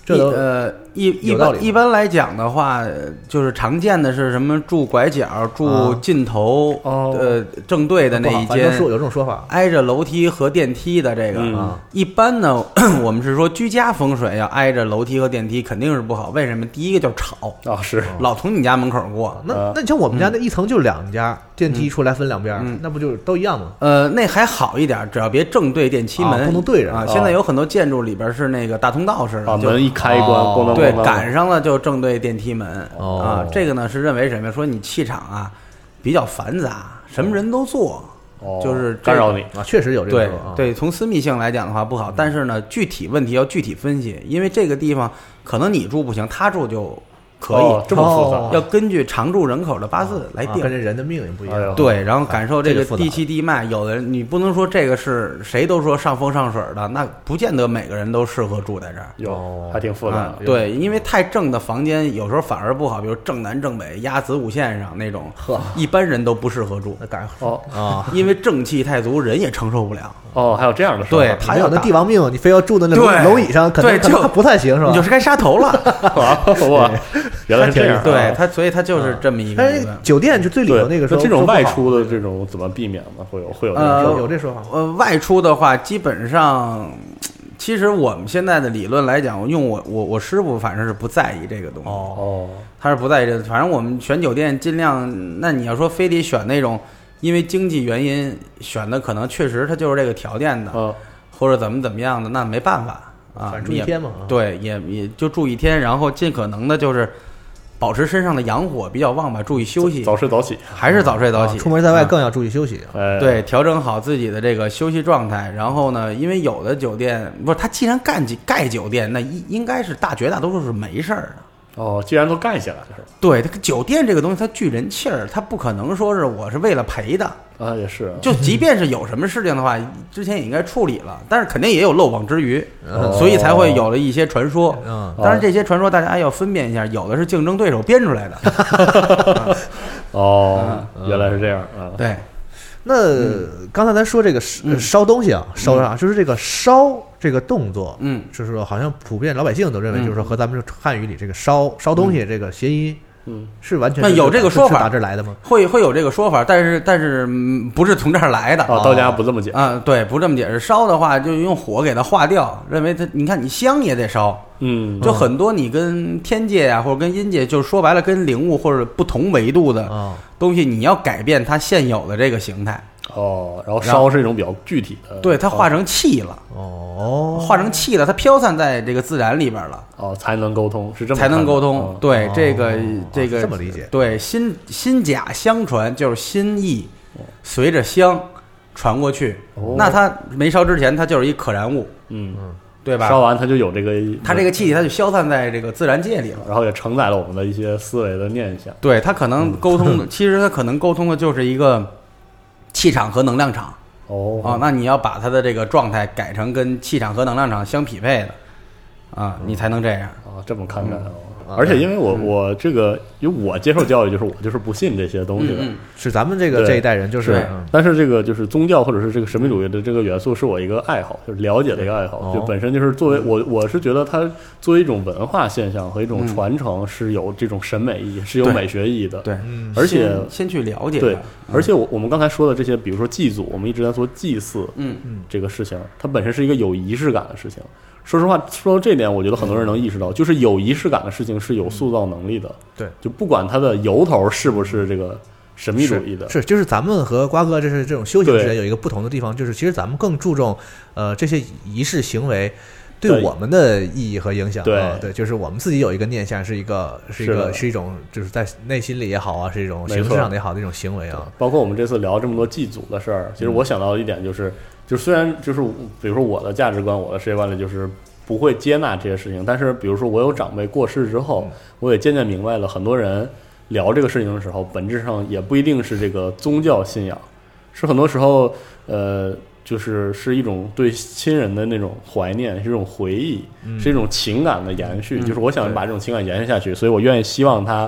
Speaker 2: 这
Speaker 4: 一
Speaker 2: 都
Speaker 4: 呃一一
Speaker 2: 有道理
Speaker 4: 般一般来讲的话，呃就是常见的是什么住拐角、住
Speaker 2: 啊
Speaker 4: 尽头，
Speaker 3: 哦
Speaker 4: 呃正对的那
Speaker 2: 不好
Speaker 4: 一
Speaker 2: 反正
Speaker 4: 间，
Speaker 2: 说有这种说法
Speaker 4: 挨着楼梯和电梯的这个。
Speaker 3: 嗯
Speaker 2: 啊，
Speaker 4: 一般呢， [clears throat] 我们是说居家风水要挨着楼梯和电梯，肯定是不好。为什么？第一个就是吵，
Speaker 3: 啊是
Speaker 2: 嗯
Speaker 4: 老从你家门口过。
Speaker 2: 那
Speaker 3: 呃
Speaker 2: 那你像我
Speaker 4: 嗯
Speaker 2: 们家那一层就两家，电梯出来分两边儿，那不就都一样吗？
Speaker 4: 呃，那还好一点，只要别正对电梯门，
Speaker 2: 啊不能对着
Speaker 4: 啊。
Speaker 2: 哦
Speaker 4: 现在有很多建筑里边是那个大通道似的，
Speaker 3: 把
Speaker 4: 就
Speaker 3: 门一开关，
Speaker 2: 哦
Speaker 3: 咣当
Speaker 4: 对
Speaker 3: 咣，当，
Speaker 4: 赶上了就正对电梯门、
Speaker 2: 哦
Speaker 4: 啊。这个呢是认为什么呀？说你气场啊比较繁杂，什么人都做，
Speaker 3: 哦
Speaker 4: 就是这
Speaker 3: 干扰你。
Speaker 2: 啊，确实有这种
Speaker 4: 对
Speaker 2: 说法啊，嗯
Speaker 4: 对，从私密性来讲的话不好，但是呢，具体问题要具体分析，因为这个地方可能你住不行，他住就可以，
Speaker 3: 哦这么
Speaker 2: 哦
Speaker 4: 要根据常住人口的八字来
Speaker 2: 啊
Speaker 4: 定。
Speaker 2: 跟这人的命也不一
Speaker 3: 哎呦
Speaker 2: 样，啊
Speaker 4: 对，然后感受这
Speaker 2: 这
Speaker 4: 个
Speaker 2: 个复杂
Speaker 4: 地气地脉，有的人你不能说这个是谁都说上风上水的，那不见得每个人都适合住在这儿。
Speaker 3: 复杂，
Speaker 2: 哦
Speaker 3: 有还挺复杂
Speaker 4: 啊
Speaker 3: 的。，
Speaker 4: 对，因为太正的房间有时候反而不好，比如正南正北压子午线上那种，一般人都不适合住，
Speaker 2: 那赶上
Speaker 3: 哦
Speaker 2: 啊，
Speaker 4: 因为正气太足，人也承受不了。
Speaker 3: 哦，还有这样的说
Speaker 4: [laughs] 对
Speaker 3: 法，
Speaker 4: 他
Speaker 2: 还有
Speaker 4: 要
Speaker 2: 那
Speaker 4: 打
Speaker 2: 帝王命，你非要住在那
Speaker 4: 对
Speaker 2: 楼楼椅上，可能
Speaker 4: 对
Speaker 2: 可能
Speaker 4: 就
Speaker 2: 不太行，是
Speaker 4: 你
Speaker 2: 吧？
Speaker 4: 就是该杀
Speaker 2: [laughs]
Speaker 4: 头了，
Speaker 3: [laughs] 哇，原来是这样啊。
Speaker 4: 对他，所以他就是这么一
Speaker 2: 但
Speaker 4: 个
Speaker 2: 是
Speaker 4: 理
Speaker 2: 那个
Speaker 4: 论。
Speaker 2: 酒店就最里头
Speaker 3: 对，
Speaker 2: 那个说
Speaker 3: 这种
Speaker 2: 说不好
Speaker 3: 外出的这种怎么避免呢？会有会有这
Speaker 4: 呃
Speaker 3: 种
Speaker 2: 有有
Speaker 3: 说法。
Speaker 2: 这说法吗？
Speaker 4: 呃，外出的话，基本上，其实我们现在的理论来讲，用我我我师傅反正是不在意这个东西，
Speaker 3: 哦，
Speaker 4: 他是不在意这个。反正我们选酒店尽量，那你要说非得选那种因为经济原因选的，可能确实它就是这个条件的，
Speaker 3: 啊，
Speaker 4: 或者怎么怎么样的，那没办法啊，
Speaker 2: 反正住
Speaker 4: 你也
Speaker 2: 一天嘛啊
Speaker 4: 对，也也就住一天，然后尽可能的就是保持身上的阳火比较旺吧，注意休息，
Speaker 3: 早睡早起，
Speaker 4: 还是早睡早起，
Speaker 2: 啊出门在外
Speaker 4: 啊
Speaker 2: 更要注意休息。
Speaker 3: 哎，
Speaker 4: 对，调整好自己的这个休息状态。然后呢，因为有的酒店不是，他既然干盖酒店，那应应该是大绝大多数是没事儿的。
Speaker 3: 哦，既然都干起来了，是吧？
Speaker 4: 对，这个酒店这个东西，它聚人气儿，它不可能说是我是为了赔的。
Speaker 3: 啊，也是啊，
Speaker 4: 就即便是有什么事情的话，之前也应该处理了，但是肯定也有漏网之鱼，所以才会有了一些传说。
Speaker 2: 嗯
Speaker 4: 当然这些传说大家要分辨一下，有的是竞争对手编出来的。
Speaker 3: 哦，原来是这样啊。
Speaker 4: 嗯对，
Speaker 2: 那刚才咱说这个烧烧东西啊，烧啥？就是这个烧这个动作，
Speaker 4: 嗯，
Speaker 2: 就是说好像普遍老百姓都认为，
Speaker 4: 嗯
Speaker 2: 就是说和咱们这汉语里这个烧烧东西这个谐音
Speaker 3: 嗯，
Speaker 2: 是完全
Speaker 4: 那
Speaker 2: 是
Speaker 4: 有这个说法
Speaker 2: 是打这儿来的吗？
Speaker 4: 会会有这个说法，但是但是、嗯不是从这儿来的。
Speaker 3: 啊，到家不这么解，
Speaker 4: 啊、对，不这么解释。烧的话，就用火给它化掉，认为它，你看你香也得烧，
Speaker 3: 嗯，
Speaker 4: 就很多你跟天界啊，或者跟阴界，就是说
Speaker 3: 嗯
Speaker 4: 白了，跟灵物或者不同维度的
Speaker 2: 啊
Speaker 4: 东西，你要改变它现有的这个形态。
Speaker 3: 哦，然后烧是一种比较具体的，
Speaker 4: 对，它化成气了，
Speaker 2: 哦，
Speaker 4: 化成气了，它飘散在这个自然里边了。
Speaker 3: 哦才能沟通，是这么
Speaker 4: 才能
Speaker 3: 看的
Speaker 4: 沟通
Speaker 3: 哦。
Speaker 4: 对
Speaker 2: 哦，
Speaker 4: 这个这个
Speaker 2: 这么理解
Speaker 4: 对，心心甲相传就是心意
Speaker 3: 哦
Speaker 4: 随着香传过去。那它没烧之前，它就是一可燃物，
Speaker 3: 嗯，
Speaker 4: 对
Speaker 3: 烧
Speaker 4: 吧？
Speaker 3: 完它就有这个，
Speaker 4: 它这个气体，它就消散在这个自然界里了。
Speaker 3: 然后也承载了我们的一些思维的念想。
Speaker 4: 对，它可能沟通的，其实它可能沟通的就是一个气场和能量场
Speaker 3: 哦，
Speaker 4: 啊。那你要把它的这个状态改成跟气场和能量场相匹配的啊，你才能这样。
Speaker 3: 啊，这么看待哦。
Speaker 2: 嗯
Speaker 3: 而且因为我我这个，因为我接受教育就是我就是不信这些东西的，
Speaker 4: 嗯
Speaker 2: 是咱们这个
Speaker 3: 对
Speaker 2: 这一代人就是
Speaker 4: 对
Speaker 2: 嗯
Speaker 3: 但是这个就是宗教或者是这个神秘主义的这个元素是我一个爱好，就是了解的一个爱好。
Speaker 2: 哦
Speaker 3: 就本身就是作为我我是觉得它作为一种文化现象和一种传承是有这种审美意义，是有
Speaker 4: 对
Speaker 3: 美学意义的。
Speaker 4: 对，
Speaker 3: 而且
Speaker 4: 先先去了解
Speaker 3: 对
Speaker 4: 它。，
Speaker 3: 而且我我们刚才说的这些，比如说祭祖，我们一直在说祭祀，
Speaker 4: 嗯
Speaker 3: 这个事情，它本身是一个有仪式感的事情。说实话，说到这点，我觉得很多人能意识到，就是有仪式感的事情是有塑造能力的。
Speaker 2: 对，
Speaker 3: 就不管它的由头是不是这个神秘主义的，
Speaker 2: 是，就是咱们和瓜哥这是这种修行
Speaker 3: 对
Speaker 2: 之间有一个不同的地方，就是其实咱们更注重，呃，这些仪式行为对
Speaker 3: 对
Speaker 2: 我们的意义和影响。
Speaker 3: 对
Speaker 2: 啊对，就是我们自己有一个念想，是一个是一
Speaker 3: 是
Speaker 2: 个
Speaker 3: 的
Speaker 2: 是一种，就是在内心里也好啊，是一种
Speaker 3: 没
Speaker 2: 形式
Speaker 3: 错
Speaker 2: 上的也好的一种行为啊。
Speaker 3: 包括我们这次聊这么多祭祖的事儿，其实我想到一点就是，就虽然就是比如说我的价值观、我的世界观里就是不会接纳这些事情，但是比如说我有长辈过世之后，我也渐渐明白了，很多人聊这个事情的时候，本质上也不一定是这个宗教信仰，是很多时候呃。就是是一种对亲人的那种怀念，是一种回忆，
Speaker 2: 嗯
Speaker 3: 是一种情感的延续。就是我想把这种情感延续下去，所以我愿意希望他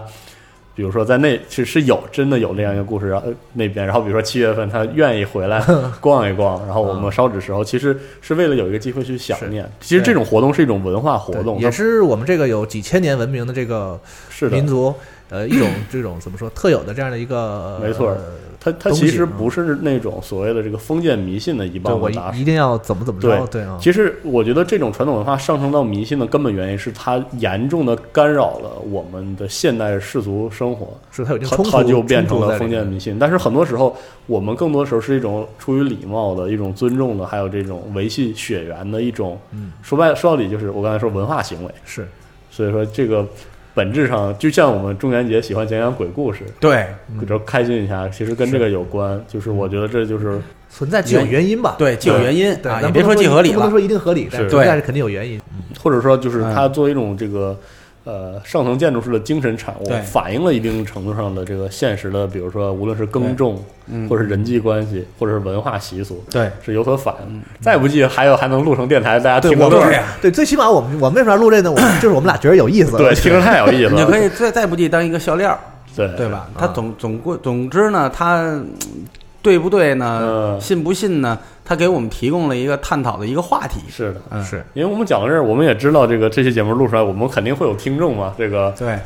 Speaker 3: 比如说在那是是有真的有那样一个故事，然后呃那边，然后比如说七月份他愿意回
Speaker 2: [laughs]
Speaker 3: 来逛一逛，然后
Speaker 2: 嗯
Speaker 3: 我们烧纸时候，其实是为了有一个机会去想念。其实这种活动是一种文化活
Speaker 2: 对
Speaker 3: 动，
Speaker 2: 也是我们这个有几千年文明的这个
Speaker 3: 是的
Speaker 2: 民，族，呃，一种这种怎么说特有的这样的一个，
Speaker 3: 没错
Speaker 2: 呃
Speaker 3: 它它
Speaker 2: 东西
Speaker 3: 其实
Speaker 2: 嗯
Speaker 3: 不是那种所谓的这个封建迷信的一
Speaker 2: 对
Speaker 3: 帮
Speaker 2: 我
Speaker 3: 子打
Speaker 2: 一
Speaker 3: 手。
Speaker 2: 一定要怎么怎么着，对啊，
Speaker 3: 其实我觉得这种传统文化上升到迷信的根本原因是它严重的干扰了我们的现代世俗生活。
Speaker 2: 是它有一定
Speaker 3: 它
Speaker 2: 冲突，
Speaker 3: 它就变成
Speaker 2: 冲突在
Speaker 3: 了
Speaker 2: 里
Speaker 3: 封建
Speaker 2: 面
Speaker 3: 迷信。但是很多时候，我们更多时候是一种出于礼貌的一种尊重的，还有这种维系血缘的一种。
Speaker 2: 嗯，
Speaker 3: 说白了说到底就是我刚才说文化行为。
Speaker 2: 是
Speaker 3: 所以说这个本质上，就像我们中元节喜欢讲讲鬼故事，
Speaker 4: 对，
Speaker 2: 嗯
Speaker 3: 就是开心一下，其实跟这个有关。就是我觉得这就是
Speaker 2: 存在既有
Speaker 4: 原
Speaker 2: 原因吧？
Speaker 4: 对，既有原因
Speaker 2: 对，
Speaker 4: 啊，
Speaker 2: 咱
Speaker 4: 也
Speaker 2: 不
Speaker 4: 别
Speaker 2: 能
Speaker 4: 说既合理
Speaker 2: 不能
Speaker 4: 了。
Speaker 2: 说一定合理，但
Speaker 3: 是
Speaker 2: 存在是肯定有原因。
Speaker 3: 或者说就是
Speaker 4: 哎
Speaker 3: 它作为一种这个呃上层建筑式的精神产物
Speaker 4: 对，
Speaker 3: 反映了一定程度上的这个现实的，比如说无论是耕种，或者是人际关系，或者是文化习俗，
Speaker 4: 嗯对嗯
Speaker 3: 是有所反映。再不济还有还能录成电台，大家听个
Speaker 2: 我
Speaker 3: 乐
Speaker 2: 们
Speaker 3: 儿，
Speaker 4: 呀
Speaker 2: 对，最起码我们我们为啥录这呢？我 [coughs] 们就是我们俩觉得有意思。
Speaker 3: 对，听着太有意思
Speaker 4: 你就可
Speaker 3: 了，
Speaker 4: 以再再不济当一个笑料，
Speaker 3: 对
Speaker 4: 对？吧？
Speaker 2: 啊
Speaker 4: 他总总归总之呢，他嗯对不对呢？
Speaker 3: 嗯
Speaker 4: 信不信呢？他给我们提供了一个探讨的一个话题。
Speaker 3: 是的。
Speaker 4: 嗯，
Speaker 2: 是
Speaker 3: 因为我们讲到这儿，我们也知道这个这期节目录出来，我们肯定会有听众嘛。这个
Speaker 4: 对，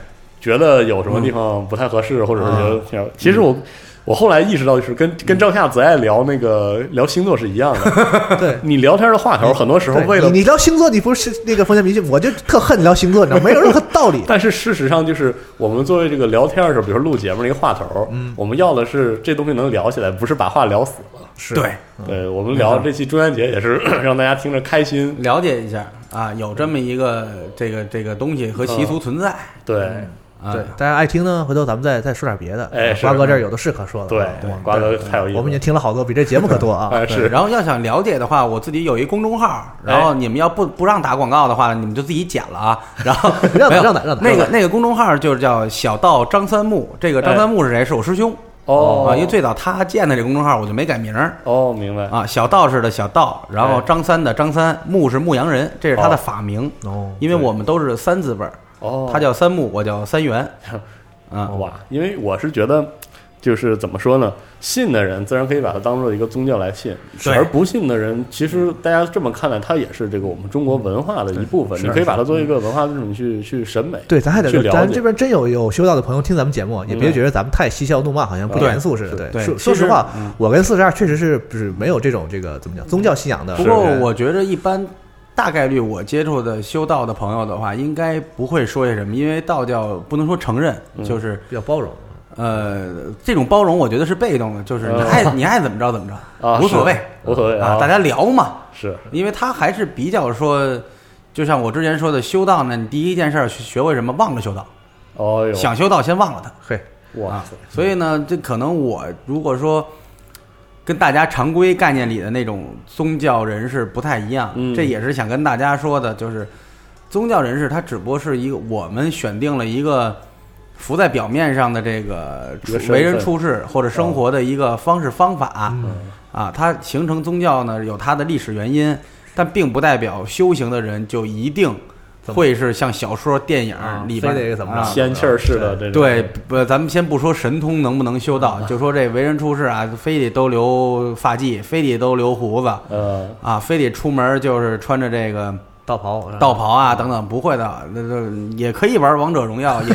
Speaker 3: 觉得有什么地方不太合适，或者是
Speaker 2: 嗯
Speaker 3: 觉得挺好其实我我后来意识到，就是跟跟张夏子爱聊那个聊星座是一样的。
Speaker 2: [laughs] 对。嗯
Speaker 3: 你聊天的话头，很多时候
Speaker 2: 对
Speaker 3: 为了。
Speaker 2: 你，你聊星座，你不是那个封建迷信，我就特恨你聊星座，你知道吗没有任何道理
Speaker 3: 但是事实上就是我们作为这个聊天的时候，比如说录节目的一个话头，嗯，我们要的是这东西能聊起来，不是把话聊死了。
Speaker 2: 是
Speaker 4: 对，
Speaker 3: 对，我们聊这期中元节也是 [coughs] 让大家听着开心。
Speaker 4: 了解一下啊，有这么一个这个这个东西和习俗存在
Speaker 3: 对
Speaker 2: 嗯
Speaker 4: 啊。
Speaker 2: 对，大家爱听呢，回头咱们再再说点别的。
Speaker 3: 哎是
Speaker 2: 瓜哥这儿有的是可说的。
Speaker 3: 对
Speaker 2: 啊，
Speaker 3: 瓜哥太有意思了。
Speaker 2: 我们已经听了好多，比这节目可多啊。
Speaker 3: 哎是
Speaker 4: 然后要想了解的话，我自己有一公众号，然后你们要不不让打广告的话，你们就自己剪了啊。然后
Speaker 2: 让打
Speaker 4: 没有
Speaker 2: 让打让打
Speaker 4: 那
Speaker 2: 让
Speaker 4: 个
Speaker 2: 打
Speaker 4: 那个公众号就是叫小道张三木，这个张三木是谁？是我师兄
Speaker 3: 哦
Speaker 4: 啊，因为最早他建的这公众号，我就没改名儿
Speaker 3: 哦，明白。
Speaker 4: 啊。小道士的小道，然后
Speaker 3: 哎
Speaker 4: 张三的张三，木是牧羊人，这是他的
Speaker 3: 哦
Speaker 4: 法名。
Speaker 2: 哦
Speaker 4: 因为我们都是三字辈儿，
Speaker 3: 哦，
Speaker 4: 他叫三木，我叫三元。啊，
Speaker 3: 哇，因为我是觉得，就是怎么说呢，信的人自然可以把它当做一个宗教来信，
Speaker 4: 对
Speaker 3: 而不信的人，其实大家这么看待，它也是这个我们中国文化的一部分。你可以把它作为一个文化这种去去审美，
Speaker 2: 对，咱还得
Speaker 3: 去了
Speaker 2: 咱
Speaker 3: 解嗯
Speaker 2: 这。边真有有修道的朋友听咱们节目，也别觉得咱们太嬉笑怒骂，好像不
Speaker 4: 对
Speaker 2: 严肃似的。
Speaker 4: 对
Speaker 2: 说
Speaker 4: 其
Speaker 2: 说实
Speaker 4: 实
Speaker 2: 话，
Speaker 3: 嗯
Speaker 2: 我跟四十二确实是不是没有这种这个怎么讲宗教信仰的。
Speaker 4: 不过我觉着一般，大概率我接触的修道的
Speaker 3: 嗯
Speaker 4: 朋友的话，应该不会说些什么，因为道教不能说承认，就是
Speaker 2: 比较包容。
Speaker 4: 呃，这种包容我觉得是被动的，就是你
Speaker 3: 呃
Speaker 4: 爱你爱怎么着怎么着，
Speaker 3: 啊
Speaker 4: 无所谓
Speaker 3: 是，无所谓
Speaker 4: 啊，
Speaker 3: 啊
Speaker 4: 大家聊嘛，
Speaker 3: 是
Speaker 4: 因为他还是比较说，就像我之前说的，修道呢，你第一件事儿学学会什么，忘了修道，
Speaker 3: 哦哟，
Speaker 4: 想修道先忘了它。
Speaker 2: 嘿，
Speaker 3: 哇
Speaker 4: 啊，所以呢，这可能我如果说跟大家常规概念里的那种宗教人士不太一样，
Speaker 3: 嗯
Speaker 4: 这也是想跟大家说的，就是宗教人士他只不过是一个我们选定了一个浮在表面上的这个
Speaker 3: 一
Speaker 4: 处
Speaker 3: 个身份
Speaker 4: 为人处事或者生活的一个方式方法、啊，它形成宗教呢有它的历史原因，但并不代表修行的人就一定。会是像小说、电影里边
Speaker 2: 非得怎么着
Speaker 4: 啊
Speaker 3: 仙气儿似的这种，
Speaker 4: 对，不，咱们先不说神通能不能修到，就说这为人处事啊，非得都留发髻，非得都留胡子
Speaker 3: 呃，
Speaker 4: 啊，非得出门就是穿着这个
Speaker 2: 道袍，
Speaker 4: 道袍啊等等，不会的，那那也可以玩王者荣耀，也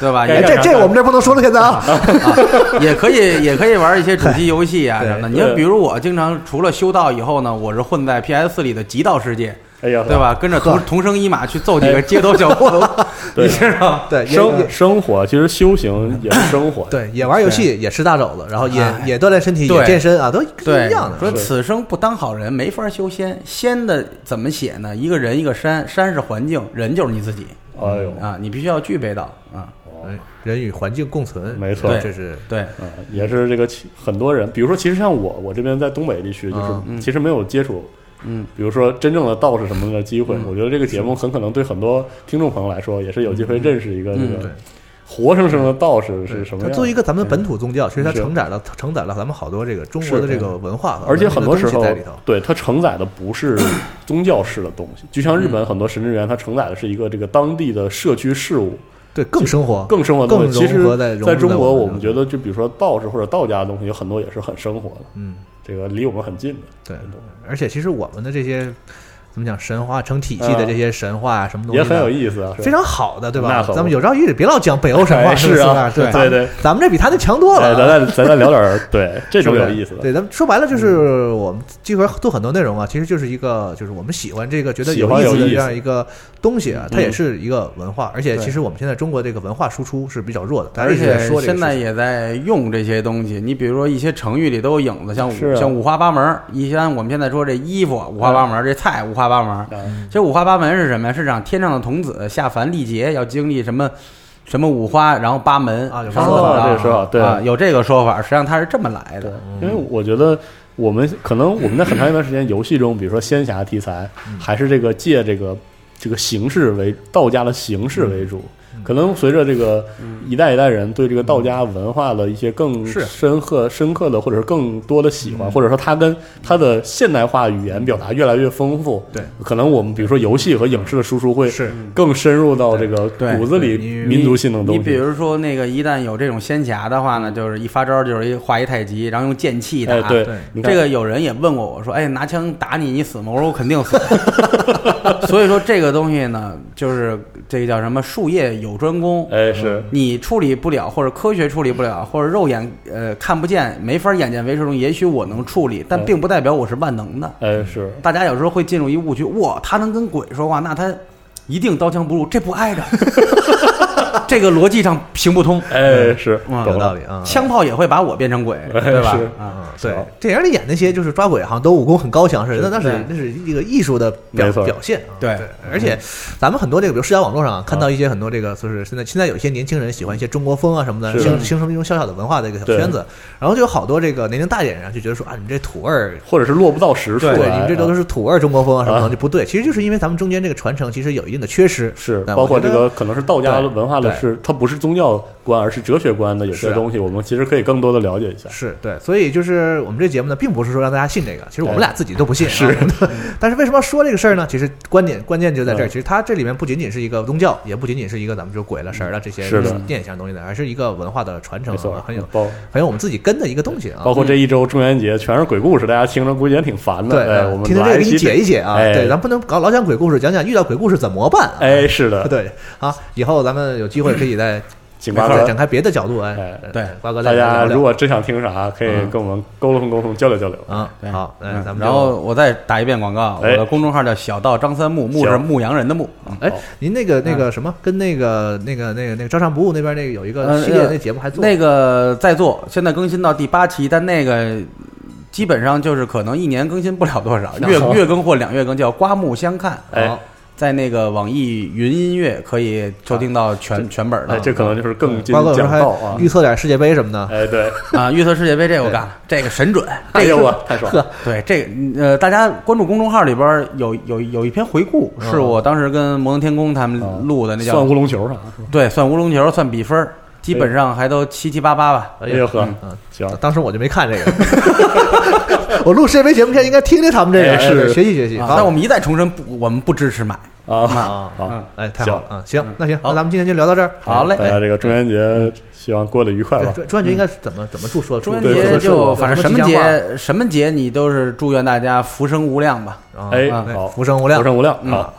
Speaker 4: 对吧？
Speaker 2: 哎，
Speaker 4: 也
Speaker 2: 这这我们这不能说了，现在啊， [laughs]
Speaker 4: 啊，也可以也可以玩一些主机游戏啊
Speaker 2: 对
Speaker 4: 什么的。
Speaker 3: 对
Speaker 4: 你看，比如我经常除了修道以后呢，我是混在 PS 四里的极道世界，
Speaker 3: 哎呀，
Speaker 4: 对？吧？跟着同同生一马去揍几个
Speaker 3: 哎
Speaker 4: 街头小破头，
Speaker 3: 对
Speaker 4: 你知道吗？
Speaker 2: 对，也
Speaker 3: 生
Speaker 2: 也
Speaker 3: 生活其实修行也是生活，
Speaker 2: 呃对也玩游戏，也吃大肘子，然后也
Speaker 4: 哎
Speaker 2: 也锻炼身体，
Speaker 4: 对
Speaker 2: 也健身啊，都都
Speaker 4: 对，
Speaker 2: 一样的。
Speaker 4: 说
Speaker 3: 是
Speaker 4: 此生不当好人，没法修仙。仙的怎么写呢？一个人，一个山，山是环境，人就是你自己
Speaker 3: 哎呦，
Speaker 4: 啊，你必须要具备到啊。
Speaker 2: 哎人与环境共存，
Speaker 3: 没错
Speaker 2: 这是
Speaker 4: 对，
Speaker 3: 呃，也是这个其很多人，比如说，其实像我，我这边在东北地区，
Speaker 2: 嗯
Speaker 3: 就是其实没有接触，
Speaker 4: 嗯，
Speaker 3: 比如说真正的道士什么的机
Speaker 2: 嗯
Speaker 3: 会。我觉得这个节目很可能对很多听众朋友来说，也是有机会认识一个这
Speaker 4: 嗯
Speaker 3: 个活生生的道士是什么
Speaker 2: 它
Speaker 3: 样。
Speaker 2: 作为一个咱们本土宗教，其实它
Speaker 3: 是
Speaker 2: 承载了承载了咱们好多这个中国的
Speaker 3: 是
Speaker 2: 这个文化，
Speaker 3: 而且很多时
Speaker 2: 文明
Speaker 3: 候
Speaker 2: 的东西在里头。，
Speaker 3: 对它承载的不是宗教式的东西，就像日
Speaker 2: 嗯
Speaker 3: 本很多神职员，它承载的是一个这个当地的社区事务，
Speaker 2: 对，更生活，
Speaker 3: 更生活的
Speaker 2: 更
Speaker 3: 东西。其
Speaker 2: 融
Speaker 3: 实
Speaker 2: 合在，融入
Speaker 3: 中国，
Speaker 2: 我
Speaker 3: 我们觉得就比如说道士或者道家的东西，有很多也是很生活的，
Speaker 2: 嗯，
Speaker 3: 这个离我们很近的。
Speaker 2: 对
Speaker 3: 很多。
Speaker 2: 而且其实我们的这些怎么讲，神话成体系的这些神话啊，什么东西
Speaker 3: 嗯
Speaker 2: 呢
Speaker 3: 也很有意思啊，是吧
Speaker 2: 非常好的，对吧
Speaker 3: 那？可不
Speaker 2: 咱们有朝一日别老讲北欧神话，
Speaker 3: 哎
Speaker 2: 不
Speaker 3: 是啊
Speaker 2: 对
Speaker 3: 对对，
Speaker 2: 咱们这比他那强多
Speaker 3: 哎，
Speaker 2: 了
Speaker 3: 咱
Speaker 2: 啊。
Speaker 3: 再咱再聊点儿
Speaker 2: [laughs]
Speaker 3: 对这
Speaker 2: 是
Speaker 3: 种
Speaker 2: 不是
Speaker 3: 有意思嗯的，
Speaker 2: 对，咱们说白了就是我们这回做很多内容啊，其实就是一个，就是我们喜欢这个，觉得
Speaker 3: 喜欢
Speaker 2: 意思
Speaker 3: 有
Speaker 2: 的这
Speaker 3: 意思
Speaker 2: 样一个东西啊，它
Speaker 3: 嗯
Speaker 2: 也是一个文化，而且
Speaker 4: 对
Speaker 2: 其实我们现在中国这个文化输出是比较弱的，大家
Speaker 4: 而
Speaker 2: 一直在
Speaker 4: 且
Speaker 2: 说这个
Speaker 4: 现在
Speaker 2: 事情
Speaker 4: 也在用这些东西。你比如说一些成语里都有影子，像
Speaker 3: 是
Speaker 4: 五
Speaker 3: 啊
Speaker 4: 像五花八门儿。一像我们现在说这衣服五花八门儿，这菜五花八门
Speaker 3: 啊
Speaker 4: 儿。这五花八门是什么呀？是让天上的童子下凡历劫，要经历什么什么五花，然后八门
Speaker 2: 啊有
Speaker 4: 上
Speaker 2: 说
Speaker 4: 怎么
Speaker 3: 法
Speaker 4: 着
Speaker 3: 这个说法对
Speaker 4: 啊，有这个说法，实际上它是这么来
Speaker 3: 对
Speaker 4: 的。，
Speaker 3: 因为我觉得我们可能我们在很长一段时间游戏中，比如说仙侠题材，
Speaker 2: 嗯
Speaker 3: 还是这个借这个这个形式为道家的形式为主。
Speaker 2: 嗯
Speaker 3: 可能随着这个一代一代人对这个道家文化的一些更
Speaker 2: 是嗯
Speaker 3: 深刻、深刻的，或者是更多的喜欢，或者说它跟它的现代化语言表达越来越丰富，
Speaker 2: 对，
Speaker 3: 可能我们比如说游戏和影视的输出会
Speaker 2: 是
Speaker 3: 更深入到这个
Speaker 4: 对
Speaker 3: 骨子里
Speaker 2: 对你
Speaker 3: 民族性的东
Speaker 4: 你
Speaker 3: 西。
Speaker 4: 比如说那个，一旦有这种仙侠的话呢，就是一发招就是一画一太极，然后用剑气打。
Speaker 3: 哎，对
Speaker 2: 对，
Speaker 3: 你看
Speaker 4: 这个有人也问过我说：“哎，拿枪打你，你死吗？”我说：“我
Speaker 3: [laughs]
Speaker 4: 肯定死。”所以说这个东西呢，就是这个叫什么“术业有专攻”，
Speaker 3: 哎，是
Speaker 4: 你处理不了，或者科学处理不了，或者肉眼呃看不见，没法眼见为实中，也许我能处理，但
Speaker 3: 嗯
Speaker 4: 并不代表我是万能的。
Speaker 3: 哎是，
Speaker 4: 大家有时候会进入一误区，哇，他能跟鬼说话，那他一定刀枪不入，这不挨着， [laughs] 这个逻辑上行不通。
Speaker 3: 哎是，
Speaker 4: 嗯
Speaker 3: 懂
Speaker 2: 有
Speaker 3: 了
Speaker 2: 道理啊。
Speaker 4: 枪炮也会把我变成鬼，对吧？
Speaker 3: 是
Speaker 4: 啊，
Speaker 2: 对
Speaker 3: 嗯行，
Speaker 2: 电影里演那些就是抓鬼，好像都武功很高强似的，那那是
Speaker 4: 对
Speaker 2: 那是一个艺术的表
Speaker 3: 没错
Speaker 2: 表现啊。
Speaker 4: 对
Speaker 2: 而且咱们很多这个，比如社交网络上啊看到一些很多这个，就是现在现在有一些年轻人喜欢一些中国风啊什么的，
Speaker 3: 是嗯
Speaker 2: 形形成一种小小的文化的一个小
Speaker 3: 对
Speaker 2: 圈子，然后就有好多这个年龄大一点人啊就觉得说啊，你们这土味儿
Speaker 3: 或者是落不到实处来啊，
Speaker 2: 对，你们这都是土味儿中国风啊什么的，
Speaker 3: 啊
Speaker 2: 就不对。其实就是因为咱们中间这个传承其实有一定的缺失，
Speaker 3: 是
Speaker 2: 那
Speaker 3: 包括
Speaker 2: 我觉
Speaker 3: 这
Speaker 2: 得
Speaker 3: 个可能是道家
Speaker 2: 对
Speaker 3: 文化的
Speaker 2: 对
Speaker 3: 是，它不是宗教观，而是哲学观的有
Speaker 2: 是
Speaker 3: 些
Speaker 2: 啊
Speaker 3: 东西，我们其实可以更多的了解一下。
Speaker 2: 是对，所以就是我们这节目呢，并不是说让大家信这个，其实我们
Speaker 3: 对
Speaker 2: 俩自己都不
Speaker 3: [laughs]
Speaker 2: 信。是， [laughs] 但是为什么要说这个事儿呢？其实观点关键就在这儿，
Speaker 3: 嗯
Speaker 2: 其实它这里面不仅仅是一个宗教，也不仅仅是一个咱们说鬼了神儿了这些
Speaker 3: 是的
Speaker 2: 念想东西的，而是一个文化的传承
Speaker 3: 没错
Speaker 2: 啊，，很有
Speaker 3: 包
Speaker 2: 很有我们自己根的一个东西啊
Speaker 3: 包。括这一周中元节全是鬼故事，大家听着估计也挺烦的。
Speaker 2: 对，
Speaker 3: 哎
Speaker 2: 呃
Speaker 3: 我们
Speaker 2: 听听这
Speaker 3: 来
Speaker 2: 个给
Speaker 3: 一
Speaker 2: 你
Speaker 3: 期
Speaker 2: 解一解啊。
Speaker 3: 哎
Speaker 2: 对，咱不能搞老讲鬼故事，讲讲遇到鬼故事怎么办啊？
Speaker 3: 哎，是的，
Speaker 2: 对啊，以后咱们有机会可以再
Speaker 3: 请
Speaker 2: 没
Speaker 3: 瓜
Speaker 2: 错
Speaker 3: 哥
Speaker 2: 展开别的角度，哎
Speaker 3: 哎，
Speaker 2: 呃
Speaker 4: 对
Speaker 2: 瓜哥再
Speaker 3: 大家
Speaker 2: 聊聊
Speaker 3: 如果真想听啥，可以
Speaker 2: 嗯
Speaker 3: 跟我们沟通沟通，交流交流。
Speaker 2: 啊
Speaker 4: 对，
Speaker 2: 好，哎，
Speaker 4: 嗯
Speaker 2: 咱们
Speaker 4: 然后我再打一遍广告，
Speaker 3: 哎
Speaker 4: 我的公众号叫小道张三木，木
Speaker 3: 行
Speaker 4: 是牧羊人的木。嗯
Speaker 2: 就哎，您那个那个什么，跟那个那个那个那个招商不误那边那个有一个
Speaker 4: 呃
Speaker 2: 系列那节目还做
Speaker 4: 那个在做，现在更新到第八期，但那个基本上就是可能一年更新不了多少，月
Speaker 3: 好
Speaker 4: 月更或两月更，叫刮目相看。
Speaker 3: 哎
Speaker 2: 好，
Speaker 4: 在那个网易云音乐可以收听到全、全本
Speaker 3: 哎，
Speaker 4: 的。
Speaker 3: 这可能就是更进
Speaker 2: 瓜嗯哥有时
Speaker 3: 讲
Speaker 2: 候
Speaker 3: 道啊
Speaker 2: 还。预测点世界杯什么的，[laughs]
Speaker 3: 哎，对，
Speaker 4: 啊，预测世界杯这我干了，这个神准。
Speaker 3: 哎
Speaker 4: 这
Speaker 3: 呦
Speaker 4: 个
Speaker 3: 我太爽了！
Speaker 4: 对这个呃，大家关注公众号里边儿有有有一篇回顾，是我当时跟摩登天空他们录的，那
Speaker 3: 嗯
Speaker 4: 叫
Speaker 3: 算乌龙球啥？
Speaker 4: 对，算乌龙球，算比分儿，基本上还都七七八八吧。
Speaker 3: 哎呦呵，
Speaker 2: 嗯
Speaker 3: 行，
Speaker 2: 当时我就没看这个，我录世界杯节目前应该听听他们这个，
Speaker 3: 哎
Speaker 2: 哎
Speaker 3: 是
Speaker 2: 学习学习。
Speaker 4: 啊
Speaker 2: 好
Speaker 4: 但我们一再重申，不，我们不支持买。
Speaker 3: 啊，
Speaker 2: 啊，
Speaker 3: 好，
Speaker 2: 哎，太好了啊！行，那行，那
Speaker 4: 好
Speaker 2: 咱们今天就聊到这儿。
Speaker 4: 好嘞
Speaker 3: 大家这个中元节希望过得愉快
Speaker 2: 对
Speaker 3: 吧。
Speaker 2: 中中元节应该是怎么怎么祝说？
Speaker 4: 中元
Speaker 2: 祝
Speaker 3: 对
Speaker 4: 节
Speaker 3: 是
Speaker 4: 就反正什么
Speaker 2: 吉祥话
Speaker 4: 节什么节你都是祝愿大家福生无量吧。
Speaker 2: 啊
Speaker 3: 哎
Speaker 2: 啊
Speaker 3: 好
Speaker 2: 福生无量
Speaker 3: 福。生无量，
Speaker 4: 嗯
Speaker 3: 好，